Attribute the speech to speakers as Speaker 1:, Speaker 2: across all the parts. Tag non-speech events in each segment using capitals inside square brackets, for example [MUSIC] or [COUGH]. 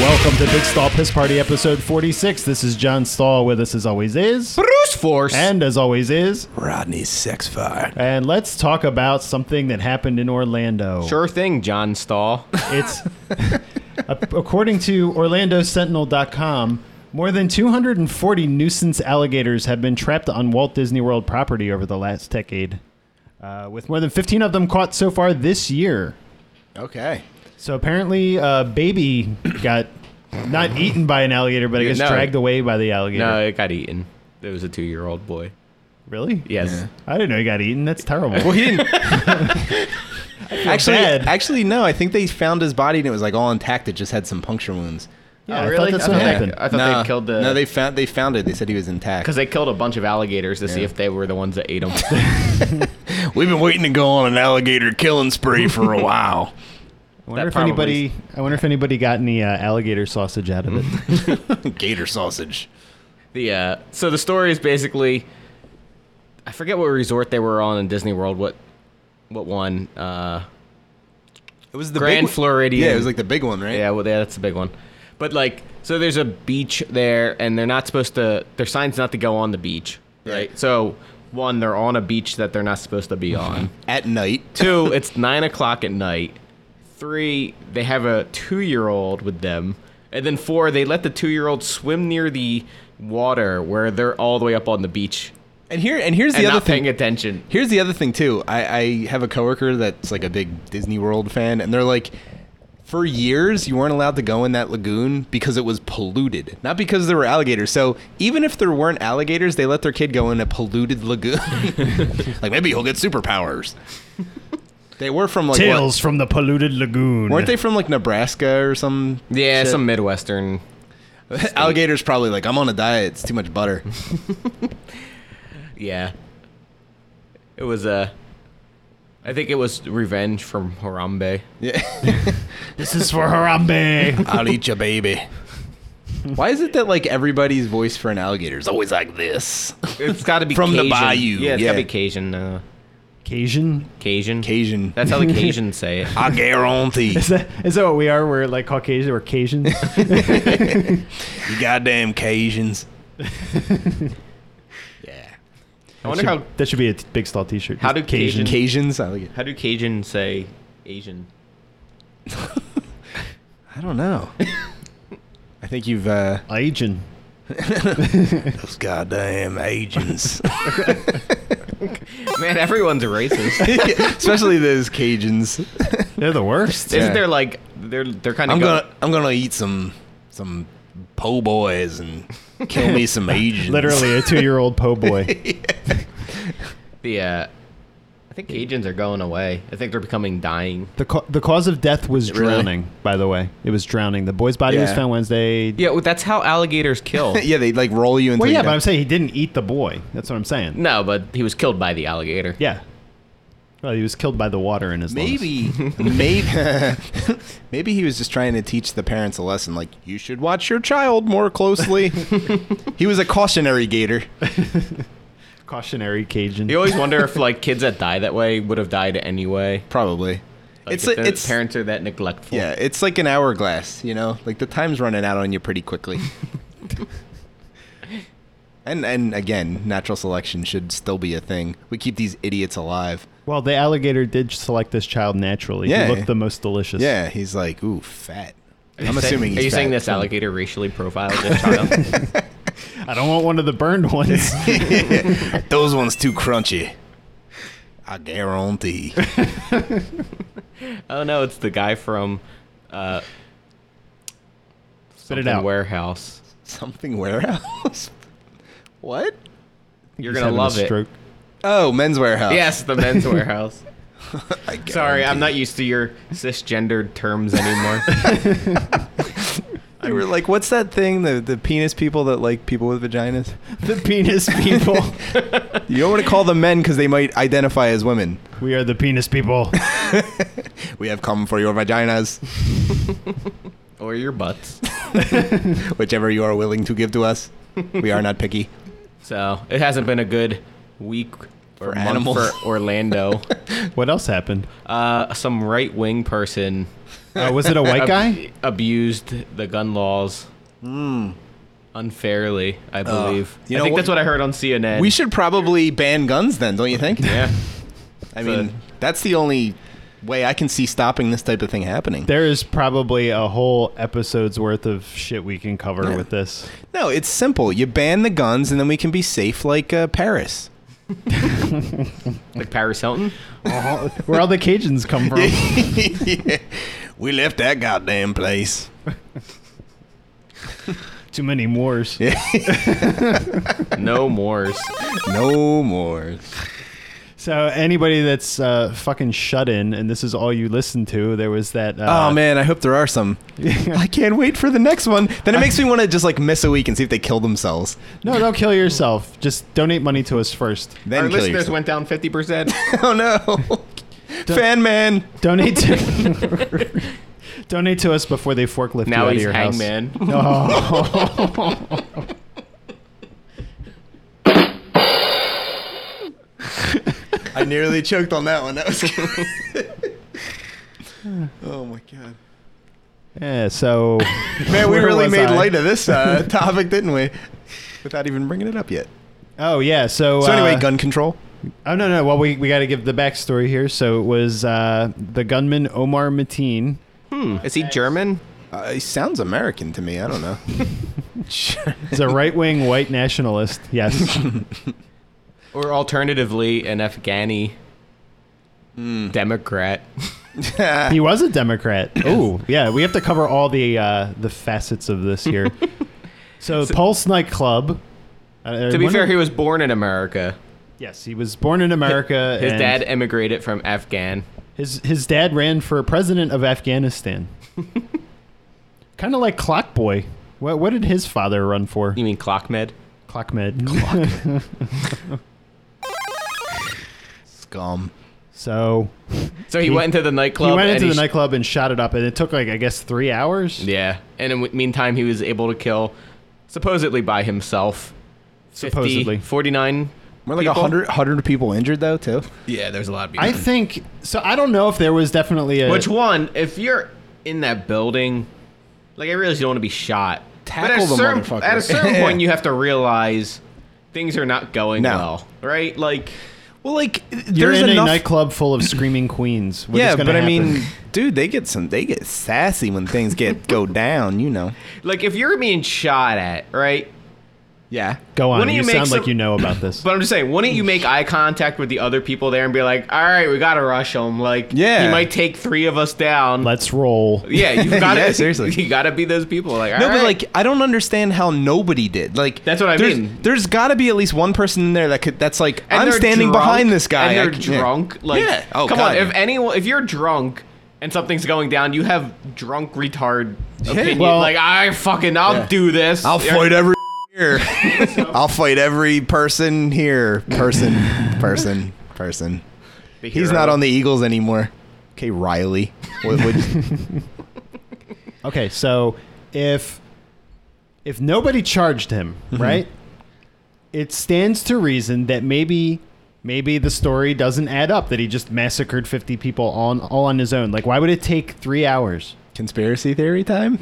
Speaker 1: welcome to Big Stall Piss Party episode 46. This is John Stahl with us as always is.
Speaker 2: Bruce Force.
Speaker 1: And as always is.
Speaker 3: Rodney's sex fire.
Speaker 1: And let's talk about something that happened in Orlando.
Speaker 2: sure thing,
Speaker 1: [LAUGHS]
Speaker 2: John Stahl.
Speaker 1: It's a- according to OrlandoSentinel.com, more than 240 nuisance alligators have been trapped on Walt Disney World property over the last decade, uh, with more than 15 of them caught so far this year.
Speaker 3: Okay.
Speaker 1: So apparently, uh, baby got not eaten by an alligator, but I
Speaker 2: Yeah,
Speaker 1: guess
Speaker 2: no.
Speaker 1: dragged away by the alligator.
Speaker 2: no, it got eaten. It was a two-year-old boy.
Speaker 1: Really?
Speaker 2: Yes.
Speaker 1: I didn't know he got eaten. That's terrible.
Speaker 2: Well, he [LAUGHS] didn't.
Speaker 3: Actually,
Speaker 1: bad.
Speaker 3: actually, no. I think they found his body and it was like all intact. It just had some puncture wounds.
Speaker 1: Yeah, I
Speaker 2: Oh, really?
Speaker 1: thought that's what
Speaker 2: Okay.
Speaker 1: happened.
Speaker 2: I thought
Speaker 3: no,
Speaker 2: they killed the-
Speaker 3: No, they found they found it. They said he was intact.
Speaker 2: Because they killed a bunch of alligators to see if they were the ones that
Speaker 1: [LAUGHS]
Speaker 2: ate them.
Speaker 3: We've been waiting to go on an alligator killing spree for
Speaker 2: [LAUGHS]
Speaker 3: a while. [LAUGHS]
Speaker 1: I wonder
Speaker 2: That
Speaker 1: if
Speaker 2: probably
Speaker 1: anybody.
Speaker 2: is-
Speaker 1: I wonder if anybody got any uh, alligator sausage out of
Speaker 2: [LAUGHS]
Speaker 1: it.
Speaker 3: Gator sausage.
Speaker 2: the uh, so the story is basically, I forget what resort they were on in Disney World. What what one? Uh,
Speaker 3: It was the
Speaker 2: Grand
Speaker 3: big one-
Speaker 2: Floridian.
Speaker 3: Yeah, it was like the big one, right?
Speaker 2: Yeah, well, yeah, that's the big one. But like, so there's a beach there, and they're not supposed to. Their signs not to go on the beach, right?
Speaker 3: Right.
Speaker 2: So one, they're on a beach that they're not supposed to be on. [LAUGHS]
Speaker 3: At night.
Speaker 2: Two, it's nine o'clock at night. Three, they have a two-year-old with them, and then four, they let the two-year-old swim near the water where they're all the way up on the beach
Speaker 3: And here and here's the
Speaker 2: and
Speaker 3: other
Speaker 2: not
Speaker 3: thing.
Speaker 2: paying attention.
Speaker 3: Here's the other thing too. I, I have a coworker that's like a big Disney World fan, and they're like, for years you weren't allowed to go in that lagoon because it was polluted, not because there were alligators. So even if there weren't alligators, they let their kid go in a polluted lagoon. [LAUGHS] like maybe he'll get superpowers. they were from like what-
Speaker 1: Tales from the polluted lagoon.
Speaker 3: weren't they from like Nebraska or [LAUGHS] some?
Speaker 2: Yeah,
Speaker 3: shit?
Speaker 2: some midwestern.
Speaker 3: alligators probably like I'm on a diet. It's too much butter.
Speaker 2: Yeah. It was Uh, I think it was revenge from Harambe.
Speaker 3: yeah.
Speaker 1: This is for Harambe.
Speaker 3: [LAUGHS] I'll eat your baby. Why is it that like everybody's voice for an alligator is always like this?
Speaker 2: It's got [LAUGHS] to be
Speaker 3: From the
Speaker 2: Cajun.
Speaker 3: bayou,
Speaker 2: Yeah, it's got to
Speaker 3: yeah.
Speaker 2: be Cajun. Uh,
Speaker 1: Cajun.
Speaker 2: Cajun.
Speaker 3: Cajun.
Speaker 2: That's [LAUGHS] how the Cajuns say it.
Speaker 3: I [LAUGHS] guarantee.
Speaker 1: Is that, is that what we are? We're like Caucasian. We're Cajuns.
Speaker 3: You goddamn Cajuns.
Speaker 2: Yeah. [LAUGHS] I wonder
Speaker 1: Should-
Speaker 2: how
Speaker 1: that should be a t- big stall T-shirt.
Speaker 2: How
Speaker 1: Just
Speaker 2: do Cajun-
Speaker 3: Cajuns? I, like it.
Speaker 2: how do Cajun say Asian?
Speaker 3: I don't know. [LAUGHS] I think you've uh
Speaker 1: Cajun?
Speaker 3: [LAUGHS] those goddamn agents.
Speaker 2: [LAUGHS] Man, everyone's [LAUGHS] racist.
Speaker 3: [LAUGHS] Especially those Cajuns.
Speaker 1: [LAUGHS] They're the worst.
Speaker 2: Isn't there like they're they're kind of
Speaker 3: [LAUGHS] I'm gonna I'm gonna eat some some po' boys and kill me [LAUGHS] some Asians.
Speaker 1: Literally a two-year-old po'
Speaker 2: [LAUGHS]
Speaker 1: boy.
Speaker 2: the. Uh, I think Cajuns are going away. I think they're becoming dying.
Speaker 1: The, ca- the cause of death was
Speaker 3: Really?
Speaker 1: drowning. By the way, it was drowning. The boy's body was
Speaker 3: Yeah.
Speaker 1: found Wednesday.
Speaker 2: Yeah, well, that's how alligators [LAUGHS] kill.
Speaker 3: Yeah, they like roll you into
Speaker 1: Well, yeah, but I'm saying he didn't eat the boy. That's what I'm saying.
Speaker 2: no, but he was killed by the alligator.
Speaker 1: Yeah. Well, he was killed by the water in his lungs.
Speaker 3: Maybe,
Speaker 2: [LAUGHS]
Speaker 3: maybe, maybe he was just trying to teach the parents a lesson. Like you should watch your child more
Speaker 2: [LAUGHS]
Speaker 3: closely. he was a cautionary gator.
Speaker 1: cautionary Cajun.
Speaker 2: You always wonder if like kids that die that way would have died anyway.
Speaker 3: Probably.
Speaker 2: Like,
Speaker 3: it's
Speaker 2: if
Speaker 3: like
Speaker 2: their
Speaker 3: it's
Speaker 2: parents are that neglectful.
Speaker 3: yeah. It's like an hourglass. You know, like the time's running out on you
Speaker 2: [LAUGHS]
Speaker 3: pretty quickly. and and again, natural selection should still be a thing. We keep these idiots alive.
Speaker 1: Well, the alligator did select this child naturally.
Speaker 3: Yeah.
Speaker 1: He looked the most delicious.
Speaker 3: Yeah, he's like, ooh, fat.
Speaker 2: Are
Speaker 3: I'm
Speaker 2: you saying-
Speaker 3: assuming.
Speaker 2: Are
Speaker 3: he's
Speaker 2: you saying
Speaker 3: fat.
Speaker 2: this alligator racially
Speaker 3: [LAUGHS]
Speaker 2: profiled this child?
Speaker 1: I don't want one of the burned
Speaker 3: [LAUGHS]
Speaker 1: ones.
Speaker 3: Those ones too crunchy. I guarantee.
Speaker 2: oh no, it's the guy from uh,
Speaker 1: Spit it
Speaker 2: something
Speaker 1: out.
Speaker 2: warehouse.
Speaker 3: Something
Speaker 2: [LAUGHS]
Speaker 3: warehouse? what?
Speaker 2: You're
Speaker 1: He's
Speaker 2: gonna
Speaker 1: having a
Speaker 2: love it.
Speaker 1: stroke.
Speaker 3: Oh, men's warehouse.
Speaker 2: Yes,
Speaker 1: [LAUGHS]
Speaker 2: the men's warehouse.
Speaker 3: [LAUGHS] I
Speaker 2: [LAUGHS]
Speaker 3: guarantee.
Speaker 2: Sorry, I'm not used to your cisgendered
Speaker 1: [LAUGHS]
Speaker 2: terms anymore.
Speaker 3: They were like, what's that thing? The the penis people that like people with vaginas.
Speaker 1: The penis people.
Speaker 3: You don't want to call them men because they might identify as women.
Speaker 1: we are the penis people.
Speaker 3: We have come for your vaginas, [LAUGHS]
Speaker 2: or your butts.
Speaker 3: whichever you are willing to give to us. We are not picky.
Speaker 2: So it hasn't been a good week
Speaker 3: Or
Speaker 2: month
Speaker 3: animals.
Speaker 2: for
Speaker 3: [LAUGHS]
Speaker 2: Orlando.
Speaker 1: What else happened?
Speaker 2: uh, some right wing person
Speaker 1: Uh, was it a
Speaker 3: [LAUGHS]
Speaker 1: white
Speaker 2: ab-
Speaker 1: guy?
Speaker 2: abused the gun laws Hmm. unfairly. I believe.
Speaker 3: you
Speaker 2: I
Speaker 3: know
Speaker 2: think
Speaker 3: what-
Speaker 2: that's Uh, what I heard on CNN.
Speaker 3: We should probably ban guns then, don't you think?
Speaker 2: Yeah.
Speaker 3: I mean, that's the only way I can see stopping this type of thing happening.
Speaker 1: There is probably a whole episode's worth of shit we can cover with this.
Speaker 3: No, it's simple. You ban the guns, and then we can be safe like uh, Paris.
Speaker 2: like Paris Hilton.
Speaker 3: Uh-huh.
Speaker 1: [LAUGHS] Where all the Cajuns come from.
Speaker 3: [LAUGHS] We left that goddamn place.
Speaker 1: [LAUGHS] Too many Moors. [LAUGHS]
Speaker 2: No mores.
Speaker 3: No more.
Speaker 1: So anybody that's uh, fucking shut in, and this is all you listen to, there was that. Uh, [LAUGHS]
Speaker 3: oh man, I hope there are some. I can't wait for the next one. Then it makes me want to just like miss a week and see if they kill themselves.
Speaker 1: No, don't kill yourself. Just donate money to us first.
Speaker 3: Then
Speaker 2: Our
Speaker 3: kill
Speaker 2: listeners
Speaker 3: yourself.
Speaker 2: went down fifty percent.
Speaker 3: [LAUGHS] oh no. Fan man.
Speaker 1: Donate to. [LAUGHS] donate to us before they forklift you
Speaker 2: [LAUGHS] Now
Speaker 1: out of
Speaker 2: he's
Speaker 1: your house. [LAUGHS] Oh.
Speaker 2: hangman.
Speaker 3: I nearly choked on that one. That [LAUGHS] was. oh my god.
Speaker 1: Yeah. So.
Speaker 3: [LAUGHS] Man, we
Speaker 1: where
Speaker 3: really
Speaker 1: was
Speaker 3: made
Speaker 1: I?
Speaker 3: light of this [LAUGHS] uh, topic, didn't we? Without even bringing it up yet.
Speaker 1: Oh yeah. So.
Speaker 3: So anyway,
Speaker 1: uh,
Speaker 3: gun control.
Speaker 1: Oh no no! Well, we we got to give the backstory here. So it was uh, the gunman Omar Mateen.
Speaker 2: Hmm. Is he German?
Speaker 3: Uh, he sounds American to me. I don't know. [LAUGHS] Sure.
Speaker 1: He's a right wing white nationalist. Yes.
Speaker 2: Or alternatively, an Afghani
Speaker 3: Mm.
Speaker 1: [LAUGHS]
Speaker 3: [LAUGHS]
Speaker 2: Democrat.
Speaker 1: He was a Democrat. Oh, yeah. We have to cover all the uh, the facets of this
Speaker 2: [LAUGHS]
Speaker 1: here. so, Pulse nightclub. Uh,
Speaker 2: to be fair, he was born in America.
Speaker 1: yes, he was born in America.
Speaker 2: His
Speaker 1: and
Speaker 2: dad emigrated from Afghan.
Speaker 1: his his dad ran for president of
Speaker 2: [LAUGHS]
Speaker 1: Afghanistan. kind of like Clockboy. What what did his father run for?
Speaker 2: You mean Clockmed?
Speaker 1: Clockmed. [LAUGHS]
Speaker 3: Scum.
Speaker 1: so
Speaker 2: So he, went into the nightclub.
Speaker 1: he went
Speaker 2: and
Speaker 1: into the
Speaker 2: sh-
Speaker 1: nightclub and shot it up, and it took like I guess three hours.
Speaker 2: Yeah, and in the meantime, he was able to kill, supposedly by himself, 50,
Speaker 1: Supposedly.
Speaker 2: 49.
Speaker 3: We're like
Speaker 2: people?
Speaker 3: 100, 100 people injured though too.
Speaker 2: Yeah, there's a lot of people.
Speaker 1: I think so. I don't know if there was definitely a
Speaker 2: Which one, if you're in that building, like I realize you don't want to be shot.
Speaker 3: Tackle
Speaker 2: at a
Speaker 3: the
Speaker 2: certain,
Speaker 3: motherfucker.
Speaker 2: At a
Speaker 3: [LAUGHS]
Speaker 2: certain point, you have to realize things are not going
Speaker 3: No.
Speaker 2: well, right? Like,
Speaker 3: Well, like
Speaker 1: You're
Speaker 3: there's
Speaker 1: in
Speaker 3: enough.
Speaker 1: a nightclub full of screaming queens. What is
Speaker 3: yeah,
Speaker 1: gonna
Speaker 3: but I mean,
Speaker 1: happen?
Speaker 3: dude, they get some. They get sassy when things [LAUGHS] get go down. You know.
Speaker 2: like if you're being shot at, right?
Speaker 3: Yeah.
Speaker 1: go on.
Speaker 2: wouldn't
Speaker 1: You
Speaker 2: you make
Speaker 1: sound
Speaker 2: some-
Speaker 1: like you know about this.
Speaker 2: But I'm just saying, wouldn't you make eye contact with the other people there and be like, "All right, we gotta rush him. Like,
Speaker 3: Yeah.
Speaker 2: he might take three of us down."
Speaker 1: Let's roll.
Speaker 2: yeah, you gotta
Speaker 3: [LAUGHS] Yeah, seriously.
Speaker 2: [LAUGHS] You gotta be those people. Like,
Speaker 3: No,
Speaker 2: "All
Speaker 3: but
Speaker 2: right."
Speaker 3: like I don't understand how nobody did. Like
Speaker 2: That's what I
Speaker 3: there's,
Speaker 2: mean.
Speaker 3: There's got to be at least one person in there that could. That's like
Speaker 2: And
Speaker 3: I'm
Speaker 2: they're
Speaker 3: standing
Speaker 2: drunk,
Speaker 3: behind this guy.
Speaker 2: And
Speaker 3: I
Speaker 2: they're
Speaker 3: c- yeah.
Speaker 2: drunk. Like,
Speaker 3: Yeah. Oh,
Speaker 2: come
Speaker 3: God,
Speaker 2: on. If
Speaker 3: yeah.
Speaker 2: anyone, if you're drunk and something's going down, you have drunk retard opinion.
Speaker 1: well-
Speaker 2: like, I fucking, I'll
Speaker 3: Yeah.
Speaker 2: do this.
Speaker 3: I'll
Speaker 2: Yeah. [LAUGHS]
Speaker 3: fight every here. I'll fight every person here. Person, [LAUGHS] person, person.
Speaker 2: The
Speaker 3: He's
Speaker 2: hero.
Speaker 3: not on the Eagles anymore. Okay, Riley. What would-
Speaker 1: [LAUGHS] Okay, so if if nobody charged him, right? It stands to reason that maybe maybe the story doesn't add up that he just massacred 50 people on all on his own. Like why would it take 3 hours?
Speaker 3: conspiracy theory time?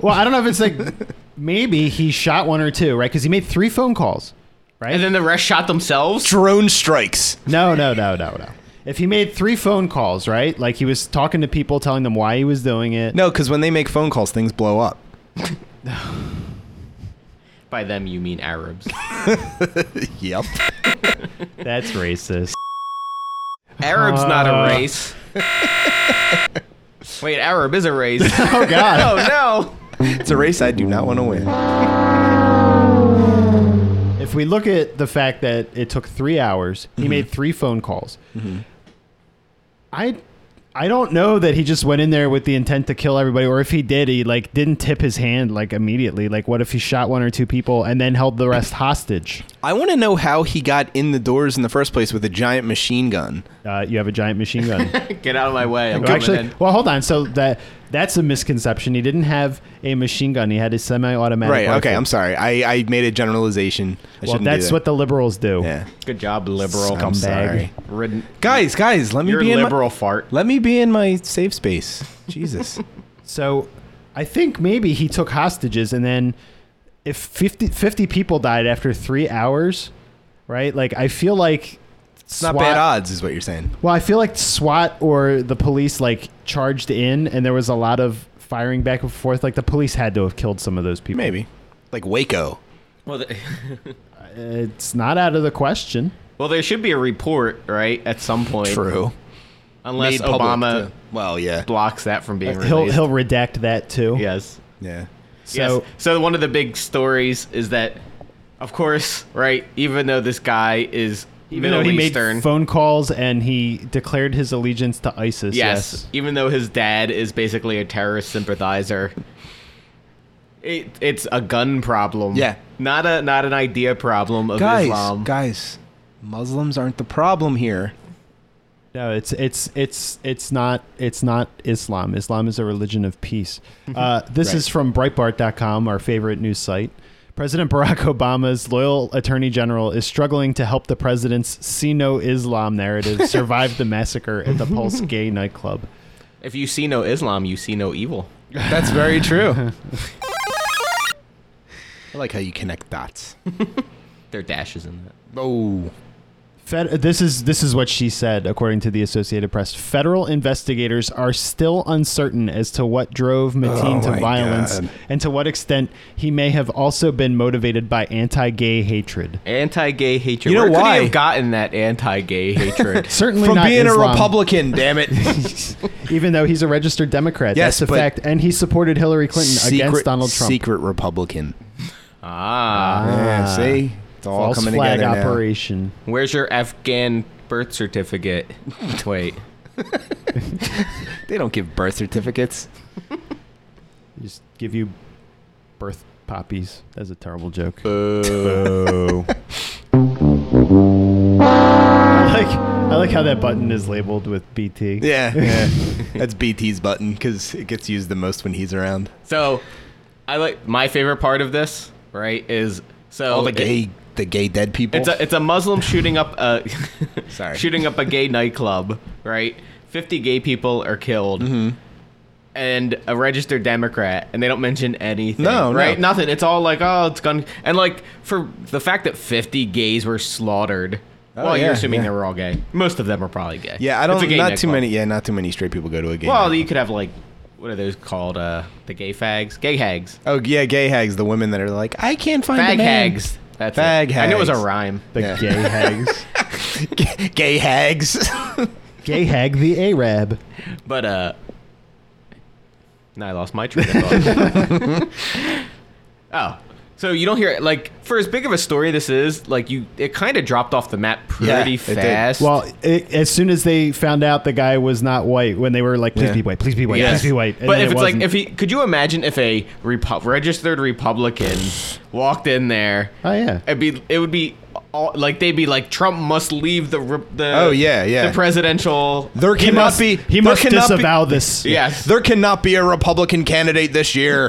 Speaker 1: Well, I don't know if it's like maybe he shot one or two, right? Cuz he made 3 phone calls, right?
Speaker 2: And then the rest shot themselves.
Speaker 3: Drone strikes.
Speaker 1: No, no, no, no, no. If he made three phone calls, right? Like he was talking to people, telling them why he was doing it.
Speaker 3: No, because when they make phone calls, things blow up.
Speaker 2: By them, you mean Arabs. [LAUGHS]
Speaker 3: Yep.
Speaker 1: That's racist.
Speaker 2: Arab's not
Speaker 1: Uh.
Speaker 2: a
Speaker 3: [LAUGHS]
Speaker 2: race. Wait, Arab is a
Speaker 1: [LAUGHS]
Speaker 2: race.
Speaker 3: [LAUGHS]
Speaker 1: Oh God.
Speaker 2: oh no.
Speaker 3: it's a race I do not want to win.
Speaker 1: if we look at the fact that it took three hours, he made three phone calls. I. I don't know that he just went in there with the intent to kill everybody, or if he did, he like didn't tip his hand like immediately. Like, what if he shot one or two people and then held the rest hostage?
Speaker 3: I want to know how he got in the doors in the first place with a giant machine gun.
Speaker 1: Uh, you have a giant machine gun.
Speaker 2: Get out of my way. I'm
Speaker 1: Well,
Speaker 2: coming
Speaker 1: actually,
Speaker 2: in.
Speaker 1: well, hold on. So that That's a misconception. He didn't have a machine gun. He had a semi-automatic.
Speaker 3: Right.
Speaker 1: rifle.
Speaker 3: Okay. I'm sorry. I, I made a generalization. I
Speaker 1: Well,
Speaker 3: shouldn't
Speaker 1: that's
Speaker 3: do
Speaker 1: what
Speaker 3: that.
Speaker 1: the liberals do.
Speaker 3: Yeah.
Speaker 2: Good job, liberal.
Speaker 3: I'm sorry.
Speaker 2: Rid-
Speaker 3: Guys, guys, let me
Speaker 2: You're
Speaker 3: be in
Speaker 2: liberal
Speaker 3: My,
Speaker 2: fart.
Speaker 3: let me be in my safe space.
Speaker 1: [LAUGHS]
Speaker 3: Jesus.
Speaker 1: So I think maybe he took hostages and then if 50, 50 people died after three hours, right? Like I feel like
Speaker 3: It's not bad odds, is what you're saying.
Speaker 1: Well, I feel like SWAT or the police like charged in and there was a lot of firing back and forth. Like the police had to have killed some of those people.
Speaker 3: Maybe. Like Waco.
Speaker 2: Well, th-
Speaker 1: It's not out of the question.
Speaker 2: well, there should be a report, right, at some point.
Speaker 3: True.
Speaker 2: Unless
Speaker 3: Made public
Speaker 2: Obama
Speaker 3: to- well, yeah.
Speaker 2: blocks that from being released.
Speaker 1: Uh, He'll he'll redact that too.
Speaker 2: yes.
Speaker 3: Yeah.
Speaker 1: So
Speaker 2: yes. So one of the big stories is that, of course, right? Even though this guy is
Speaker 1: even though
Speaker 2: Middle
Speaker 1: he
Speaker 2: Eastern,
Speaker 1: made phone calls and he declared his allegiance to ISIS.
Speaker 2: yes,
Speaker 1: Yes.
Speaker 2: Even though his dad is basically a terrorist sympathizer, it, it's a gun problem.
Speaker 3: Yeah.
Speaker 2: Not a not an idea problem of
Speaker 3: Guys,
Speaker 2: Islam.
Speaker 3: guys, Muslims aren't the problem here.
Speaker 1: No, it's it's it's it's not it's not Islam. Islam is a religion of peace.
Speaker 2: Mm-hmm.
Speaker 1: Uh, this is from Breitbart.com, our favorite news site. President Barack [LAUGHS] Obama's loyal attorney general is struggling to help the president's see no Islam
Speaker 2: [LAUGHS]
Speaker 1: narrative survive the massacre at the Pulse gay nightclub.
Speaker 2: If you see no Islam, you see no evil.
Speaker 3: That's [LAUGHS] very true. I like how you connect dots.
Speaker 2: There are dashes in that.
Speaker 3: Oh.
Speaker 1: Fed, this is this is what she said, according to the Associated Press. Federal investigators are still uncertain as to what drove Mateen
Speaker 3: Oh
Speaker 1: to
Speaker 3: my
Speaker 1: violence
Speaker 3: God.
Speaker 1: and to what extent he may have also been motivated by anti-gay hatred.
Speaker 2: Anti-gay hatred.
Speaker 3: You know
Speaker 2: Where could he
Speaker 3: why?
Speaker 2: have gotten that anti-gay hatred?
Speaker 1: Certainly
Speaker 3: From
Speaker 1: not
Speaker 3: being
Speaker 1: Islam,
Speaker 3: a [LAUGHS] Republican, [LAUGHS] damn it.
Speaker 1: [LAUGHS] even though he's a registered Democrat.
Speaker 3: Yes,
Speaker 1: that's a
Speaker 3: but-
Speaker 1: fact, and he supported Hillary Clinton against Donald Trump.
Speaker 3: Secret Republican.
Speaker 2: ah.
Speaker 3: Yeah, see? It's all
Speaker 1: False
Speaker 3: coming
Speaker 1: flag
Speaker 3: together now.
Speaker 1: operation.
Speaker 2: Where's your Afghan birth certificate? Wait.
Speaker 3: They don't give birth certificates.
Speaker 1: Just give you birth poppies. That's a terrible joke.
Speaker 3: [LAUGHS] Uh. Oh.
Speaker 1: I like I like how that button is labeled with BT.
Speaker 3: yeah, yeah. That's BT's button because it gets used the most when he's around.
Speaker 2: So, I like my favorite part of this, right? Is so
Speaker 3: All the
Speaker 2: it-
Speaker 3: gay, the gay dead people.
Speaker 2: it's a it's a Muslim shooting up a [LAUGHS]
Speaker 3: Sorry.
Speaker 2: shooting up a gay nightclub, right? Fifty gay people are killed.
Speaker 3: Mm-hmm.
Speaker 2: And a registered Democrat, and they don't mention anything.
Speaker 3: No, no.
Speaker 2: right, nothing. It's all like, oh, it's gone. And like for the fact that fifty gays were slaughtered.
Speaker 3: Oh,
Speaker 2: well, you're
Speaker 3: yeah,
Speaker 2: assuming
Speaker 3: yeah.
Speaker 2: they were all gay. Most of them are probably gay.
Speaker 3: yeah, I
Speaker 2: It's a
Speaker 3: don't. Not
Speaker 2: gay
Speaker 3: too
Speaker 2: nightclub.
Speaker 3: many. Yeah, not too many straight people go to a gay.
Speaker 2: Well,
Speaker 3: nightclub.
Speaker 2: you could have like, what are those called? Uh, the gay fags, gay hags.
Speaker 3: oh yeah, gay hags. The women that are like, I can't find a
Speaker 2: Fag
Speaker 3: man." [LAUGHS]
Speaker 2: hags. That's
Speaker 3: Fag
Speaker 2: it. I knew it was a
Speaker 3: hags.
Speaker 2: rhyme.
Speaker 1: The
Speaker 3: Yeah.
Speaker 1: gay
Speaker 3: [LAUGHS]
Speaker 1: hags.
Speaker 3: gay hags. [LAUGHS]
Speaker 1: gay hag the Arab.
Speaker 2: But uh now I lost my train of thought. [LAUGHS] oh. So you don't hear like for as big of a story this is, like you it kind of dropped off the map
Speaker 3: Yeah,
Speaker 2: pretty
Speaker 3: it did.
Speaker 2: fast.
Speaker 1: Well, it, as soon as they found out the guy was not white, when they were like, "Please
Speaker 3: Yeah.
Speaker 1: be white, please be white,
Speaker 2: Yes.
Speaker 1: please be white," and
Speaker 2: but
Speaker 1: then
Speaker 2: if
Speaker 1: it
Speaker 2: it's
Speaker 1: wasn't.
Speaker 2: like if he could you imagine if a Repu- registered Republican walked in there
Speaker 1: oh yeah,
Speaker 2: It'd be it would be all, like they'd be like Trump must leave the re- the
Speaker 3: Oh, yeah, yeah.
Speaker 2: the presidential
Speaker 3: There
Speaker 1: he
Speaker 3: cannot
Speaker 1: must
Speaker 3: be.
Speaker 1: he
Speaker 3: there
Speaker 1: must
Speaker 3: cannot be-
Speaker 1: disavow this.
Speaker 2: yes
Speaker 3: There cannot be a Republican candidate
Speaker 2: [LAUGHS]
Speaker 3: this year.